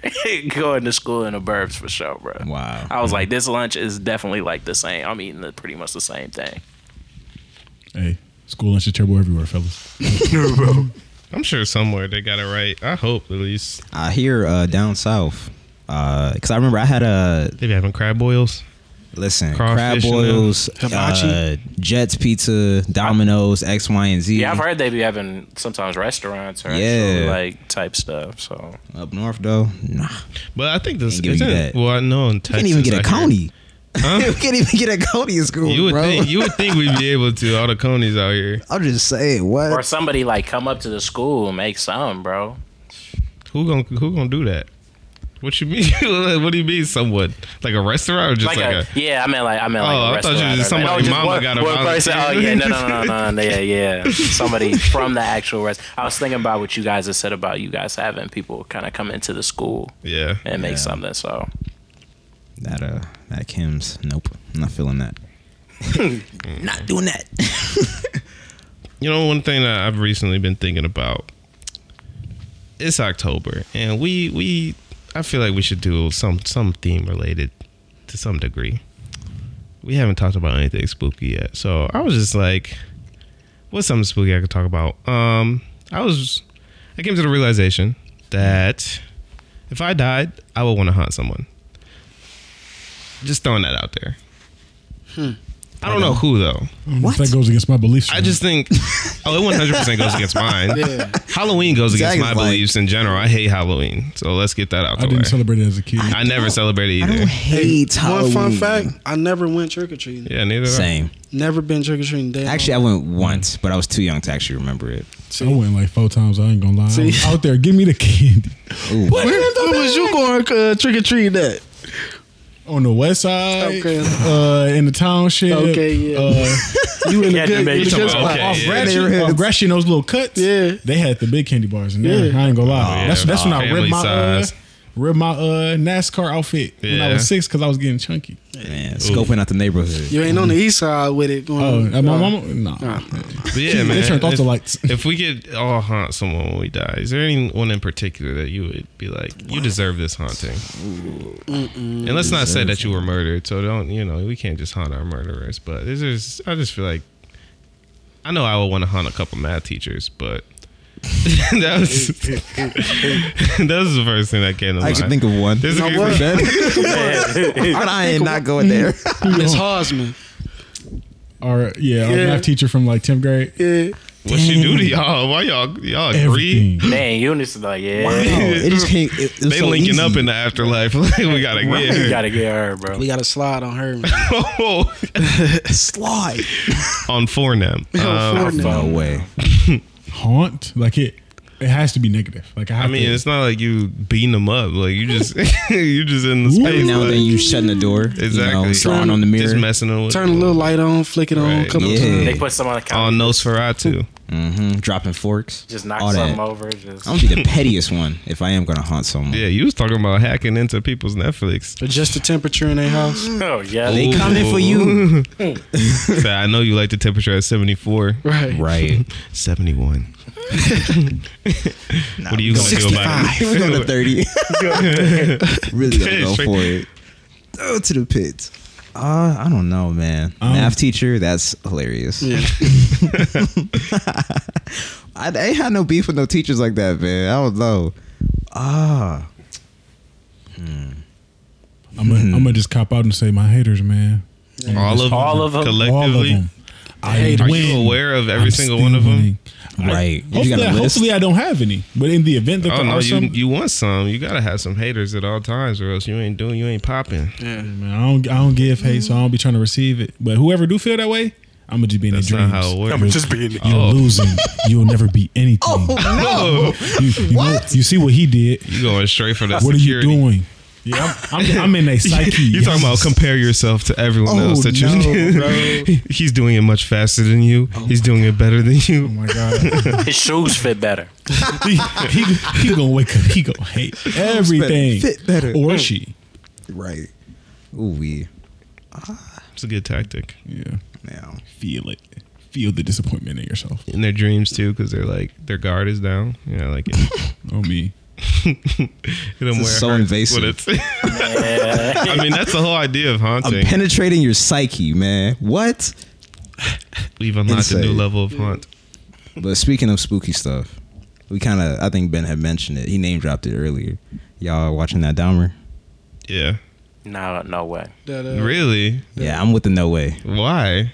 S2: going to school in the burbs for sure, bro.
S5: Wow.
S2: I was like, this lunch is definitely like the same. I'm eating the, pretty much the same thing.
S3: Hey, school lunch is terrible everywhere, fellas.
S4: I'm sure somewhere they got it right. I hope at least
S5: I hear uh, down south. Because I remember I had a
S4: they be having crab boils.
S5: listen crab
S4: Crawfish and
S5: boils,
S1: hibachi.
S5: uh, Jets pizza, Domino's, X, Y, and Z.
S2: Yeah, I've heard they be having sometimes restaurants or
S5: Yeah.
S2: actual, like type stuff. So
S5: Up north though, nah,
S4: But I think this
S5: Can't give
S4: is
S5: you that.
S4: well. I know in
S5: you
S4: Texas,
S5: can't even get
S4: I
S5: a
S4: hear-
S5: county.
S4: Huh?
S5: you can't even get a county in school,
S4: You would
S5: bro.
S4: think you would think we'd be able to all the conies out here.
S5: I'm just saying
S2: or
S5: what.
S2: somebody like come up to the school and make some, bro.
S4: Who gonna who gonna do that? What you mean? what do you mean? Someone like a restaurant or just
S2: Like,
S4: like,
S2: a,
S4: a,
S2: yeah, I meant like I meant like
S4: Oh,
S2: a
S4: I thought
S2: restaurant.
S4: you just-
S2: or, like,
S4: somebody
S2: no, just
S4: mama
S2: one-
S4: got a
S2: one person- Oh
S4: volunteer.
S2: yeah, no, no, no, no, no, yeah, yeah. Somebody from the actual restaurant. I was thinking about what you guys have said about you guys having people kind of come into the school
S4: yeah.
S2: and make
S5: Yeah.
S2: something. So
S5: That uh, that Kim's. Nope, I'm not feeling that. not doing that.
S4: You know, one thing that I've recently been thinking about. It's October, and we we I feel like we should do some some theme related to some degree. We haven't talked about anything spooky yet, so I was just like, "What's something spooky I could talk about?" Um, I was I came to the realization that if I died, I would want to haunt someone. Just throwing that out there. I don't know who though.
S3: I don't know if That goes against my beliefs.
S4: I just think, oh, it one hundred percent goes against mine.
S1: Yeah.
S4: Halloween goes
S5: Zach
S4: against my
S5: is like-
S4: beliefs in general. I hate Halloween, so let's get that out
S3: I
S4: the way.
S3: didn't celebrate it as a kid.
S4: I never celebrated
S5: I
S4: either.
S5: don't hate
S1: One
S5: Halloween.
S1: fun fact: I never went trick or treating.
S4: Yeah, neither. did I.
S5: Same.
S1: Never been trick or treating.
S5: Actually, I went once, but I was too young to actually remember it.
S3: I went like four times. I ain't gonna lie. I
S1: See?
S3: was out there, give me the candy
S5: Ooh.
S1: where, where was you going uh, trick or treating at?
S3: on the west side,
S1: Okay.
S3: uh, in the township.
S1: Okay, yeah.
S3: Uh,
S1: You in
S2: Yeah,
S1: a
S2: you
S1: good,
S2: made
S1: you in a
S2: some-
S1: good spot.
S4: okay.
S3: off
S4: yeah.
S3: Gresham,
S5: Neighborhoods.
S3: off Gresham, those little cuts.
S1: Yeah.
S3: they had the big candy bars in there.
S1: Yeah.
S3: I ain't gonna lie.
S4: yeah.
S3: That's that's when I
S4: Family
S3: ripped my uh,
S4: size.
S3: ripped my uh, NASCAR outfit when I
S4: Yeah.
S3: was six because I was getting chunky.
S5: Man, scoping out the neighborhood.
S1: You ain't on the east side with it. Going,
S3: Oh, at my
S1: uh,
S3: mama, nah.
S4: But yeah, man.
S3: They turned off
S4: if,
S3: the lights.
S4: If we could all haunt someone when we die, is there anyone in particular that you would be like, you deserve this haunting? and let's not say that you were murdered. So don't, you know, we can't just haunt our murderers. But this is, I just feel like, I know I would want to haunt a couple math teachers, but. that was that was the first thing that came to mind.
S5: I actually think of one.
S4: There's a
S1: You know
S4: good-
S1: what?
S5: I ain't not going there.
S1: Miss Hosman.
S3: Our yeah, our
S1: Yeah.
S3: math teacher from like tenth grade.
S1: Yeah.
S4: What she do to y'all? Why y'all y'all agree?
S3: Everything.
S2: Man, Eunice is like, yeah,
S5: it just came. It, it was
S4: They
S5: so
S4: linking
S5: easy.
S4: up in the afterlife. Like, we gotta get
S2: you
S4: her.
S2: gotta get her, bro.
S1: We got to slide on her. man.
S5: slide.
S4: on Fortnite. Um,
S1: Fortnite.
S5: No way.
S3: Haunt like it. It has to be negative. Like I,
S4: I
S3: have
S4: mean,
S3: to,
S4: it's not like you beating them up. Like you just you just in the
S3: Ooh.
S4: space.
S5: Every now
S4: like,
S5: and then you shutting the door. You know,
S4: exactly
S5: drawing on the mirror.
S4: just messing them with
S1: Turn a little light on, flick it on,
S4: Right.
S1: couple
S5: Yeah.
S1: times.
S2: They put some on the counter,
S4: on Nosferatu.
S5: hmm Dropping forks.
S2: just knock
S5: all that. Um,
S2: something over. Just
S5: I'm gonna be the pettiest one if I am gonna haunt someone.
S4: Yeah, you was talking about hacking into people's Netflix.
S1: adjust the temperature in their house.
S2: oh yeah,
S5: They
S4: Ooh.
S5: coming for you.
S4: Say, I know you like the temperature at 74,
S1: Right.
S5: Right.
S4: 71. what are you gonna do about it?
S5: We're going to 30. really gonna go for it. Oh, to the pits. Uh, I don't know, man.
S3: Um,
S5: Math teacher, that's hilarious.
S1: Yeah.
S5: I, I ain't had no beef with no teachers like that, man. I don't know. Ah,
S3: I'm gonna, I'm gonna just cop out and say my haters, man.
S4: All of them,
S2: All of 'em.
S4: collectively.
S3: All of them. I
S1: Hey,
S4: Are
S3: win.
S4: you aware of every
S3: I'm
S4: single
S3: still
S4: one of them?
S3: winning.
S5: right.
S3: Hopefully,
S5: you got a list.
S3: hopefully I don't have any. But in the event that
S4: Oh
S3: there
S4: no,
S3: are
S4: you
S3: some,
S4: you want some? You gotta have some haters at all times, or else you ain't doing, you ain't popping.
S3: man, I don't I don't give hate, so I don't be trying to receive it. But whoever do feel that way, I'm gonna just be in
S4: That's
S3: the
S4: not
S3: dreams.
S4: how it works.
S3: You're-
S2: being
S3: You're
S4: Oh.
S3: losing. You'll never be anything.
S4: No,
S3: You, you, know, you see what he did.
S4: you going straight for the
S3: What are you
S4: security.
S3: doing? Yeah, I'm, I'm, I'm in a psyche.
S4: You talking about
S3: Yes.
S4: compare yourself to everyone
S5: Oh,
S4: else that you
S5: no,
S4: He's doing it much faster than you. He's doing it better than
S3: Oh
S4: you.
S3: my god,
S2: his shoes fit better.
S3: he, he, he gonna wake up. He gonna hate everything.
S5: fit better. Oh.
S3: or she.
S5: right. Ooh, we.
S4: It's a good tactic
S3: Yeah,
S5: Now.
S3: feel it. Feel the disappointment in yourself.
S4: in their dreams too, because they're like their guard is down. Yeah, I like it.
S3: Oh me.
S4: It'll
S5: This is so invasive.
S2: Yeah.
S4: I mean, that's the whole idea of
S5: I'm
S4: haunting.
S5: penetrating your psyche, man. What?
S4: We've unlocked a new
S5: Insane.
S4: level of haunt.
S5: But speaking of spooky stuff, we kind of I think Ben had mentioned it. He name dropped it earlier. Y'all watching that Dahmer?
S4: Yeah,
S2: no, no way.
S1: That, uh,
S4: really?
S5: Yeah, I'm with the no way.
S4: Why?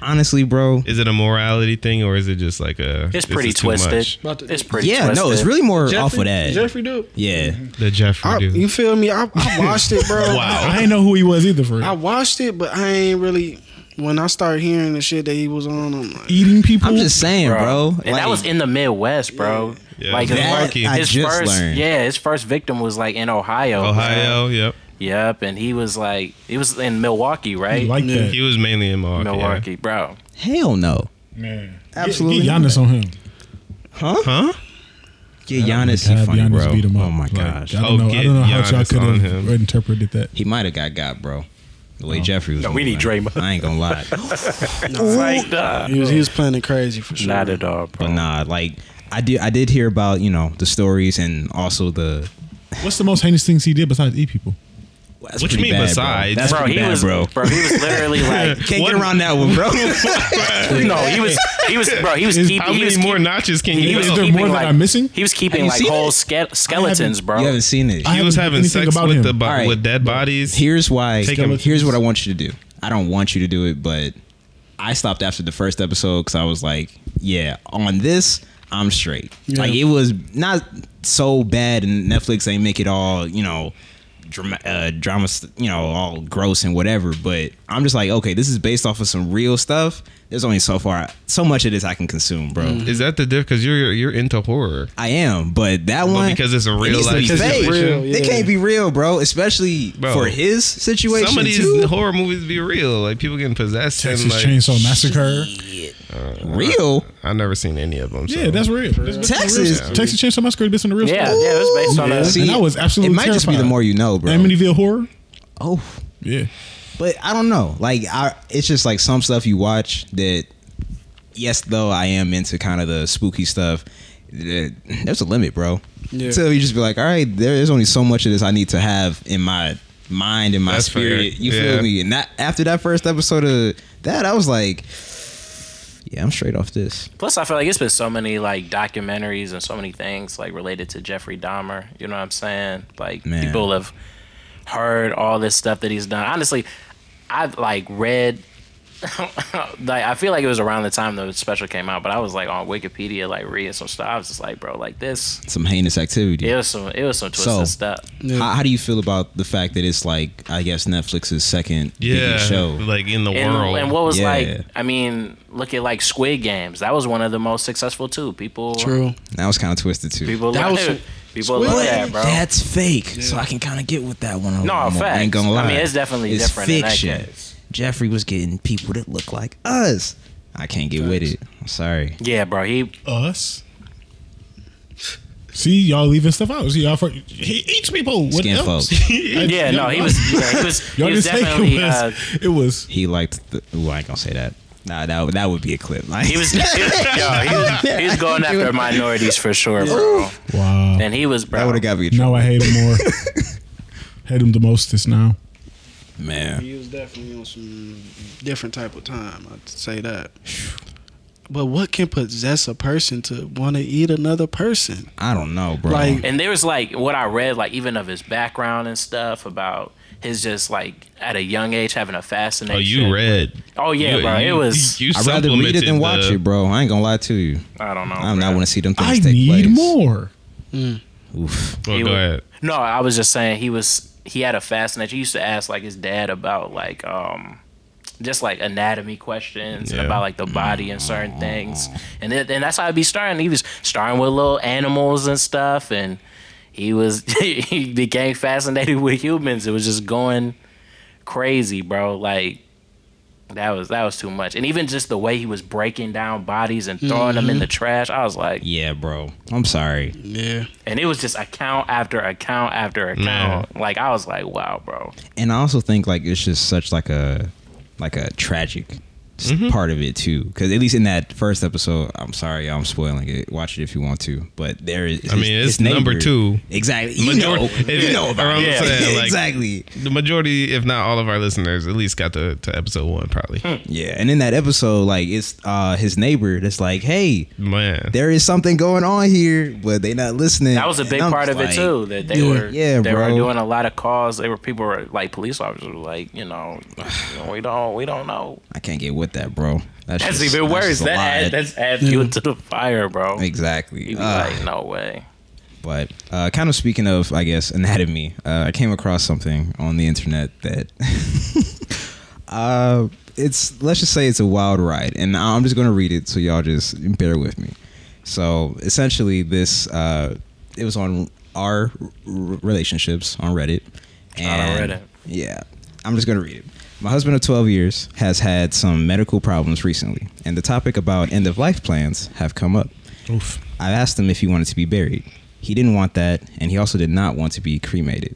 S5: Honestly, bro.
S4: Is it a morality thing or is it just like a?
S2: It's
S4: this
S2: pretty
S4: is too much?
S2: twisted.
S1: About to-
S2: It's pretty.
S5: Yeah,
S2: twisted.
S5: no, it's really more
S1: Jeffrey,
S5: off of that.
S1: Jeffrey Dupe.
S5: Yeah,
S4: The Jeffrey
S5: Uh,
S1: I,
S4: dude.
S1: you feel me? I, I watched it, bro.
S3: I didn't know who he was either. For real.
S1: I watched it, but I ain't really. When I started hearing the shit that he was on, I'm like,
S3: eating people.
S5: I'm just saying, bro.
S2: And that was
S5: Like,
S2: in the Midwest, bro.
S4: Yeah.
S2: Like his,
S4: That
S2: first-
S4: I
S2: his
S5: just
S2: first,
S5: learned.
S2: yeah, his first victim was like in Ohio. bro.
S4: Ohio. Yep.
S2: Yep, and he was like, he was in Milwaukee, right?
S3: I like that.
S4: He was mainly in Milwaukee. yeah.
S2: Milwaukee, bro.
S5: hell no,
S3: Man,
S5: Absolutely
S3: Get, get Giannis on him.
S5: huh?
S4: Huh?
S5: Yeah,
S3: That
S5: Giannis,
S3: would
S5: he
S3: have
S5: funny,
S3: Giannis
S5: bro.
S3: beat him up.
S5: Oh my
S3: Like,
S5: gosh,
S3: I
S4: Oh,
S3: don't know. I
S4: get
S3: don't know how y'all
S4: Giannis
S3: could
S4: on
S3: have
S4: him.
S3: interpreted that.
S5: he might have got got, bro. The way Jeffrey was.
S2: No, we need
S5: moving.
S2: Draymond.
S5: I ain't gonna lie,
S2: Like, nah.
S1: he was, he was playing it crazy for sure.
S2: Not at all, bro.
S5: but nah, like I did. I did hear about you know the stories and also the.
S3: What's the most heinous things he did besides eat people?
S5: Well, that's
S4: What you mean
S5: pretty bad, bro.
S4: besides?
S5: That's
S2: Bro,
S5: pretty
S2: he
S5: bad,
S2: was,
S5: bro.
S2: bro, he was literally like,
S5: Can't
S4: What-
S5: get around that one, bro.
S2: no, he was, he was, bro, he was keeping,
S4: How
S2: he
S4: many
S2: was
S4: more
S2: keeping,
S4: notches can
S2: he
S4: you
S2: was
S3: Is
S4: go?
S3: there
S2: keeping
S3: more that
S2: like,
S3: I'm missing?
S2: He was keeping
S5: Have you
S2: like
S5: seen
S2: whole
S5: it?
S2: ske- skeletons, bro.
S5: You haven't seen it.
S3: I
S4: He
S3: haven't
S4: was having
S3: heard anything
S4: sex
S3: about
S4: with
S3: him.
S4: the bo-
S5: All right.
S4: with dead bodies.
S5: Here's why.
S4: Take him-
S5: Here's what I want you to do. I don't want you to do it, but I stopped after the first episode because I was like, yeah, on this, I'm straight.
S1: Yeah.
S5: Like it was not so bad, and Netflix ain't make it all, you know, drama, uh, drama, st- you know, all gross and whatever. But I'm just like, okay, this is based off of some real stuff. There's only so far, so much of this I can consume, bro.
S1: Mm.
S4: Is that the diff? Because you're you're into horror.
S5: I am, but that one
S4: because it's a
S5: it
S4: real
S5: needs to
S4: life
S5: be fake.
S4: situation.
S1: Real, yeah.
S5: It can't be real, bro. Especially
S4: Bro.
S5: for his situation.
S4: Some of these
S5: too.
S4: horror movies be real, like people getting possessed.
S3: Texas
S4: and like,
S3: Chainsaw Massacre.
S5: real.
S4: I've never seen any of them. So.
S3: Yeah, that's real. That's based on real
S5: Texas.
S3: stuff. Texas Chainsaw Massacre is based on the real
S2: yeah, yeah,
S3: story.
S2: it was based on
S3: Yeah.
S2: a
S3: See, And I was absolutely
S5: It might just be
S3: terrified.
S5: the more you know, bro.
S3: Amityville horror.
S5: oh,
S3: Yeah,
S5: but I don't know. Like, I, it's just like some stuff you watch that. Yes, though I am into kind of the spooky stuff. th- There's a limit, bro.
S1: Yeah.
S5: So you just be like, all right, there's only so much of this I need to have in my mind and my
S4: That's fair.
S5: spirit. You
S4: Yeah.
S5: feel me? And that after that first episode of that, I was like, yeah, I'm straight off this.
S2: Plus, I feel like it's been so many like documentaries and so many things like related to Jeffrey Dahmer. You know what I'm saying? Like
S5: Man.
S2: people have heard all this stuff that he's done. Honestly, I've like read like I feel like it was around the time the special came out, but I was like on Wikipedia, like reading some stuff. I was just like, bro, like this.
S5: Some heinous activity.
S2: It was some. It was some twisted
S5: So-
S2: stuff.
S5: How, how do you feel about the fact that it's like I guess Netflix's second
S4: yeah,
S5: biggest show?
S4: like in the
S2: And,
S4: world.
S2: and what was
S5: Yeah.
S2: like? I mean, look at like Squid Games. That was one of the most successful too. People.
S1: True.
S5: that was kind of twisted too.
S2: People.
S1: That
S2: That
S1: was some-
S2: people
S1: Squid-
S2: love that, bro.
S5: That's fake. So I can kind of get with that one. a
S2: No,
S5: little more.
S2: facts.
S5: I ain't gonna
S2: I
S5: lie.
S2: mean, it's definitely
S5: It's
S2: different in that
S5: Fiction.
S2: case.
S5: Jeffrey was getting people that look like us. I can't get with it. I'm sorry.
S2: yeah, bro. He
S3: Us. See y'all leaving stuff out. See y'all for he eats people. What
S5: Skin
S3: else?
S5: folk.
S2: Yeah, no, he was- yeah, he was- he
S3: Y'all
S2: was
S3: just think
S2: definitely,
S3: it was.
S2: uh,
S3: it was
S5: He liked. The, ooh, I ain't gonna say that. Nah, that would- that would be a clip. Like,
S2: he was, he was, yo, uh, he was he's going after minorities for sure, bro.
S3: wow.
S2: And he was bro.
S5: that would have got me. in
S3: Now I hate him more. hate him the most this now.
S5: trouble. man.
S1: He was definitely on some different type of time. I'd say that. But what can possess a person to want to eat another person?
S5: I don't know, bro.
S1: Like-
S2: And there was like what I read, like even of his background and stuff about his just like at a young age having a fascination.
S4: oh, you read?
S2: Oh yeah,
S4: You-
S2: bro.
S4: you-
S2: it was.
S4: You, you
S5: I'd rather read it
S4: supplemented
S5: than watch
S4: the-
S5: it, bro. I ain't gonna lie to you.
S2: I don't know.
S5: I do
S2: bro.
S5: not want to see them things
S3: I
S5: take
S3: need
S5: place.
S3: more.
S5: Oof.
S4: Oh,
S2: He
S4: go
S2: was-
S4: ahead.
S2: No, I was just saying he was he had a fascination. He used to ask like his dad about like um just like anatomy questions
S4: Yeah.
S2: and about like the body and certain things. And it, and that's how I'd be starting. He was starting with little animals and stuff and he was he became fascinated with humans. It was just going crazy, bro. Like that was that was too much. And even just the way he was breaking down bodies and throwing them in the trash, I was like
S5: Yeah, bro. I'm sorry.
S1: Yeah.
S2: and it was just account after account after account. Like I was like, wow, bro.
S5: and I also think like it's just such like a like a tragic s-
S4: Mm-hmm.
S5: part of it too because at least in that first episode i'm sorry y'all, i'm spoiling it watch it if you want to but there is
S4: I mean, it's number two.
S5: exactly you
S4: Major-
S5: know
S4: it-
S5: you know about
S4: around
S5: it.
S4: the same, like-
S5: exactly
S4: The majority, if not all of our listeners, at least got to, to episode one, probably.
S5: yeah and in that episode like it's uh his neighbor that's like hey
S4: Man,
S5: there is something going on here but they not listening
S2: That was a
S5: And
S2: big
S5: I'm
S2: part of
S5: just
S2: it
S5: like,
S2: too. That they
S5: yeah,
S2: were
S5: yeah,
S2: they
S5: bro.
S2: were doing a lot of calls. They were people were like police officers were like, you know, you know, we don't we don't know.
S5: i can't get with that bro that's,
S2: That's
S5: just-
S2: even
S5: that's
S2: worse.
S5: just a
S2: That
S5: lot.
S2: add, that's add fuel to the fire, bro.
S5: exactly
S2: You'd be
S5: Ah.
S2: like, no way.
S5: But uh, kind of speaking of, I guess, anatomy, uh, I came across something on the internet that uh, it's, let's just say it's a wild ride. And I'm just going to read it so y'all just bear with me. So essentially, this, uh, it was on our relationships on Reddit. And-
S2: Reddit.
S5: Yeah. I'm just going to read it. My husband of 12 years has had some medical problems recently, and the topic about end of life plans have come up.
S3: Oof.
S5: I asked him if he wanted to be buried. He didn't want that, and he also did not want to be cremated.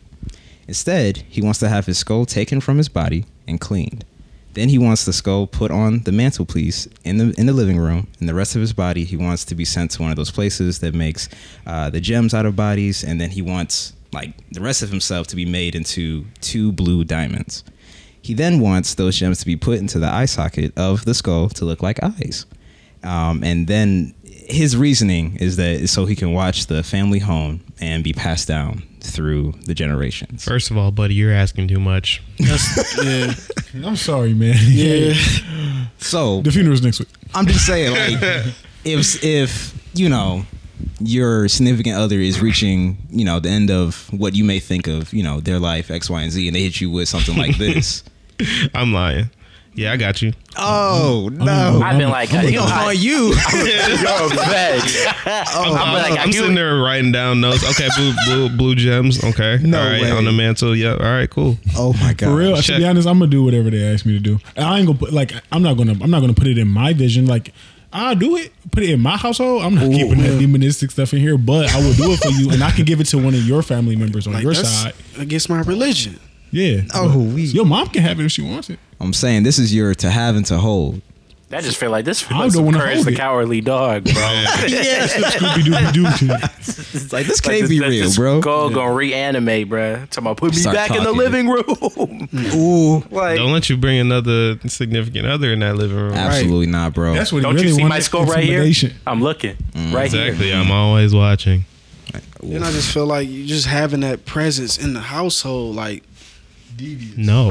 S5: Instead, he wants to have his skull taken from his body and cleaned. Then he wants the skull put on the mantelpiece in the in the living room, and the rest of his body he wants to be sent to one of those places that makes uh, the gems out of bodies, and then he wants like the rest of himself to be made into two blue diamonds. He then wants those gems to be put into the eye socket of the skull to look like eyes. Um, and then his reasoning is that is so he can watch the family home and be passed down through the generations.
S4: first of all, buddy, you're asking too much.
S1: yeah.
S3: I'm sorry, man.
S1: Yeah.
S5: So
S3: The funeral's next week.
S5: I'm just saying, like, if if you know your significant other is reaching, you know, the end of what you may think of, you know, their life X, Y, and Z, and they hit you with something like this.
S4: I'm lying. Yeah, I got you.
S5: oh
S3: no.
S2: I've been
S3: I'm-
S2: like, uh,
S3: I'm
S2: you
S5: Yo,
S2: know,
S5: on
S2: I-
S5: you.
S2: yo, facts. I'm
S5: Oh,
S2: like,
S4: I'm
S2: I
S4: sitting
S2: do-
S4: there writing down notes. Okay, blue, blue, blue gems. Okay,
S5: No
S4: all right,
S5: way.
S4: on the mantle. Yep. All right, cool.
S5: oh my god.
S3: For real, to be
S4: check.
S3: honest, I'm gonna do whatever they ask me to do. And I ain't gonna put like I'm not gonna I'm not gonna put it in my vision. Like I'll do it, put it in my household. I'm not keeping that demonistic stuff in here, but I will do it for you, and I can give it to one of your family members on
S1: Like,
S3: your
S1: that's
S3: side.
S1: against my religion.
S3: Yeah.
S5: Oh,
S3: But
S5: we-
S3: your mom can have it if she wants it.
S5: I'm saying this is your to have and to hold.
S2: I just feel like this
S3: I
S2: was
S3: don't wanna
S2: encourage
S3: hold
S2: the
S3: it.
S2: cowardly dog, bro.
S3: Scooby Dooby Doo to you.
S5: It's like this can't be
S2: That's-
S5: real,
S2: that's
S5: bro.
S2: Skull gonna reanimate, bro. Talking about put me
S5: Start
S2: back in the
S5: talking. Mm.
S2: living room.
S5: Ooh,
S2: like,
S4: Don't let you bring another significant other in that living room.
S5: absolutely not, bro.
S3: That's what he
S2: Don't
S3: really
S2: you see
S3: wanted,
S2: my skull right here?
S3: intimidation.
S2: I'm looking right here.
S4: Exactly. I'm always watching.
S1: Then I just feel like you just having that presence in the household, like
S4: No.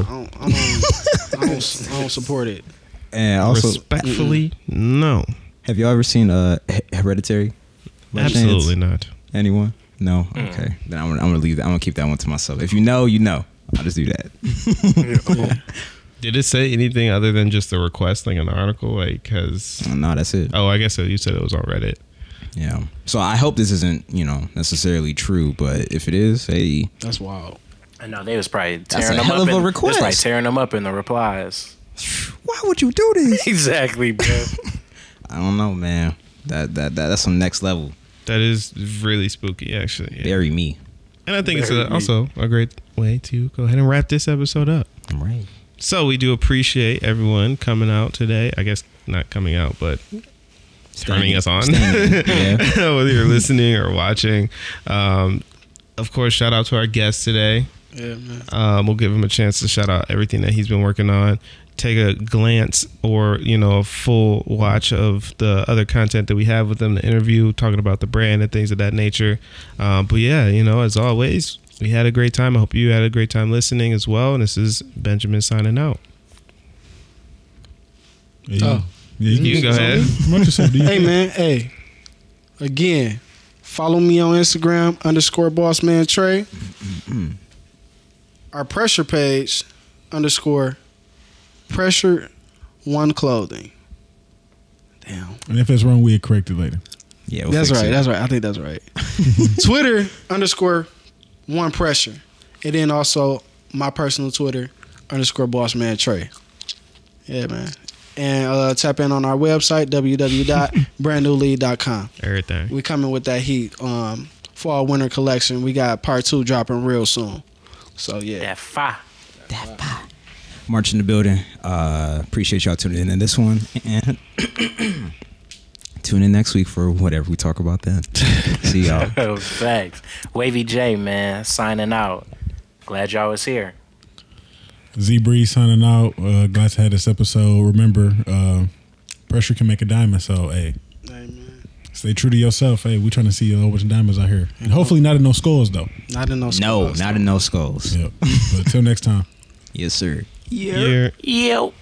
S1: I don't, I don't, I don't, I don't support it.
S5: And also,
S4: Respectfully, no.
S5: have y'all ever seen uh, He- Hereditary? By chance?
S4: Absolutely not.
S5: Anyone? No. Okay. Then I'm gonna, I'm gonna leave. That. I'm gonna keep that one to myself. If you know, you know. I'll just do that.
S4: Did it say anything other than just the request, like an article? Like, because,
S5: no, that's it.
S4: oh, I guess you said it was on Reddit.
S5: Yeah. So I hope this isn't you know necessarily true, but if it is, hey,
S1: That's wild.
S2: I know they was probably tearing
S5: That's a
S2: them
S5: hell
S2: up.
S5: of a
S2: in,
S5: request.
S2: It's like tearing them up in the replies.
S5: why would you do this?
S2: Exactly, bro.
S5: I don't know, man. That that, that that's some next level.
S4: That is really spooky, actually. Yeah.
S5: Bury me.
S4: And I think it's
S2: Very
S4: a,
S2: neat.
S4: also a great way to go ahead and wrap this episode up.
S5: I'm right.
S4: So we do appreciate everyone coming out today. I guess not coming out, but turning us on,
S5: yeah.
S4: whether you're listening or watching. Um, of course, shout out to our guest today.
S1: Yeah, man.
S4: Um, we'll give him a chance to shout out everything that he's been working on. Take a glance or you know a full watch of the other content that we have with him, the interview, talking about the brand and things of that nature. Um, but yeah, you know, as always, we had a great time. I hope you had a great time listening as well. And this is Benjamin signing out.
S3: Yeah.
S1: Oh.
S3: Yeah,
S4: You can go
S3: say
S4: ahead.
S3: something. Promote yourself, dude.
S1: hey man, hey. Again, follow me on Instagram underscore boss man Trey. Our pressure page underscore pressure one clothing. Damn.
S3: And if it's wrong, we'll correct it later.
S5: Yeah. we'll
S1: that's
S5: fix
S1: right.
S5: it.
S1: That's right. I think that's right. Twitter underscore one pressure. And then also my personal Twitter underscore boss man Trey. Yeah, man. And uh, tap in on our website, www.brandnewlead.com.
S4: Everything.
S1: We coming with that heat. Um, fall winter collection. We got part two dropping real soon. So yeah.
S2: That fi.
S5: March in the building. Uh, appreciate y'all tuning in to this one. And tune in next week for whatever we talk about then. See y'all.
S2: Facts. Wavy J, man, signing out. Glad y'all was here.
S3: Z Breeze signing out. Uh, glad to have this episode. Remember, uh, pressure can make a diamond. So, hey,
S1: Amen.
S3: stay true to yourself. Hey, we trying to see a whole bunch of diamonds out here, and hopefully not in no skulls though.
S1: Not in no.
S5: No,
S1: schools.
S5: not in no skulls.
S3: Yep. but until next time.
S5: Yes, sir.
S4: You're-
S2: Yo.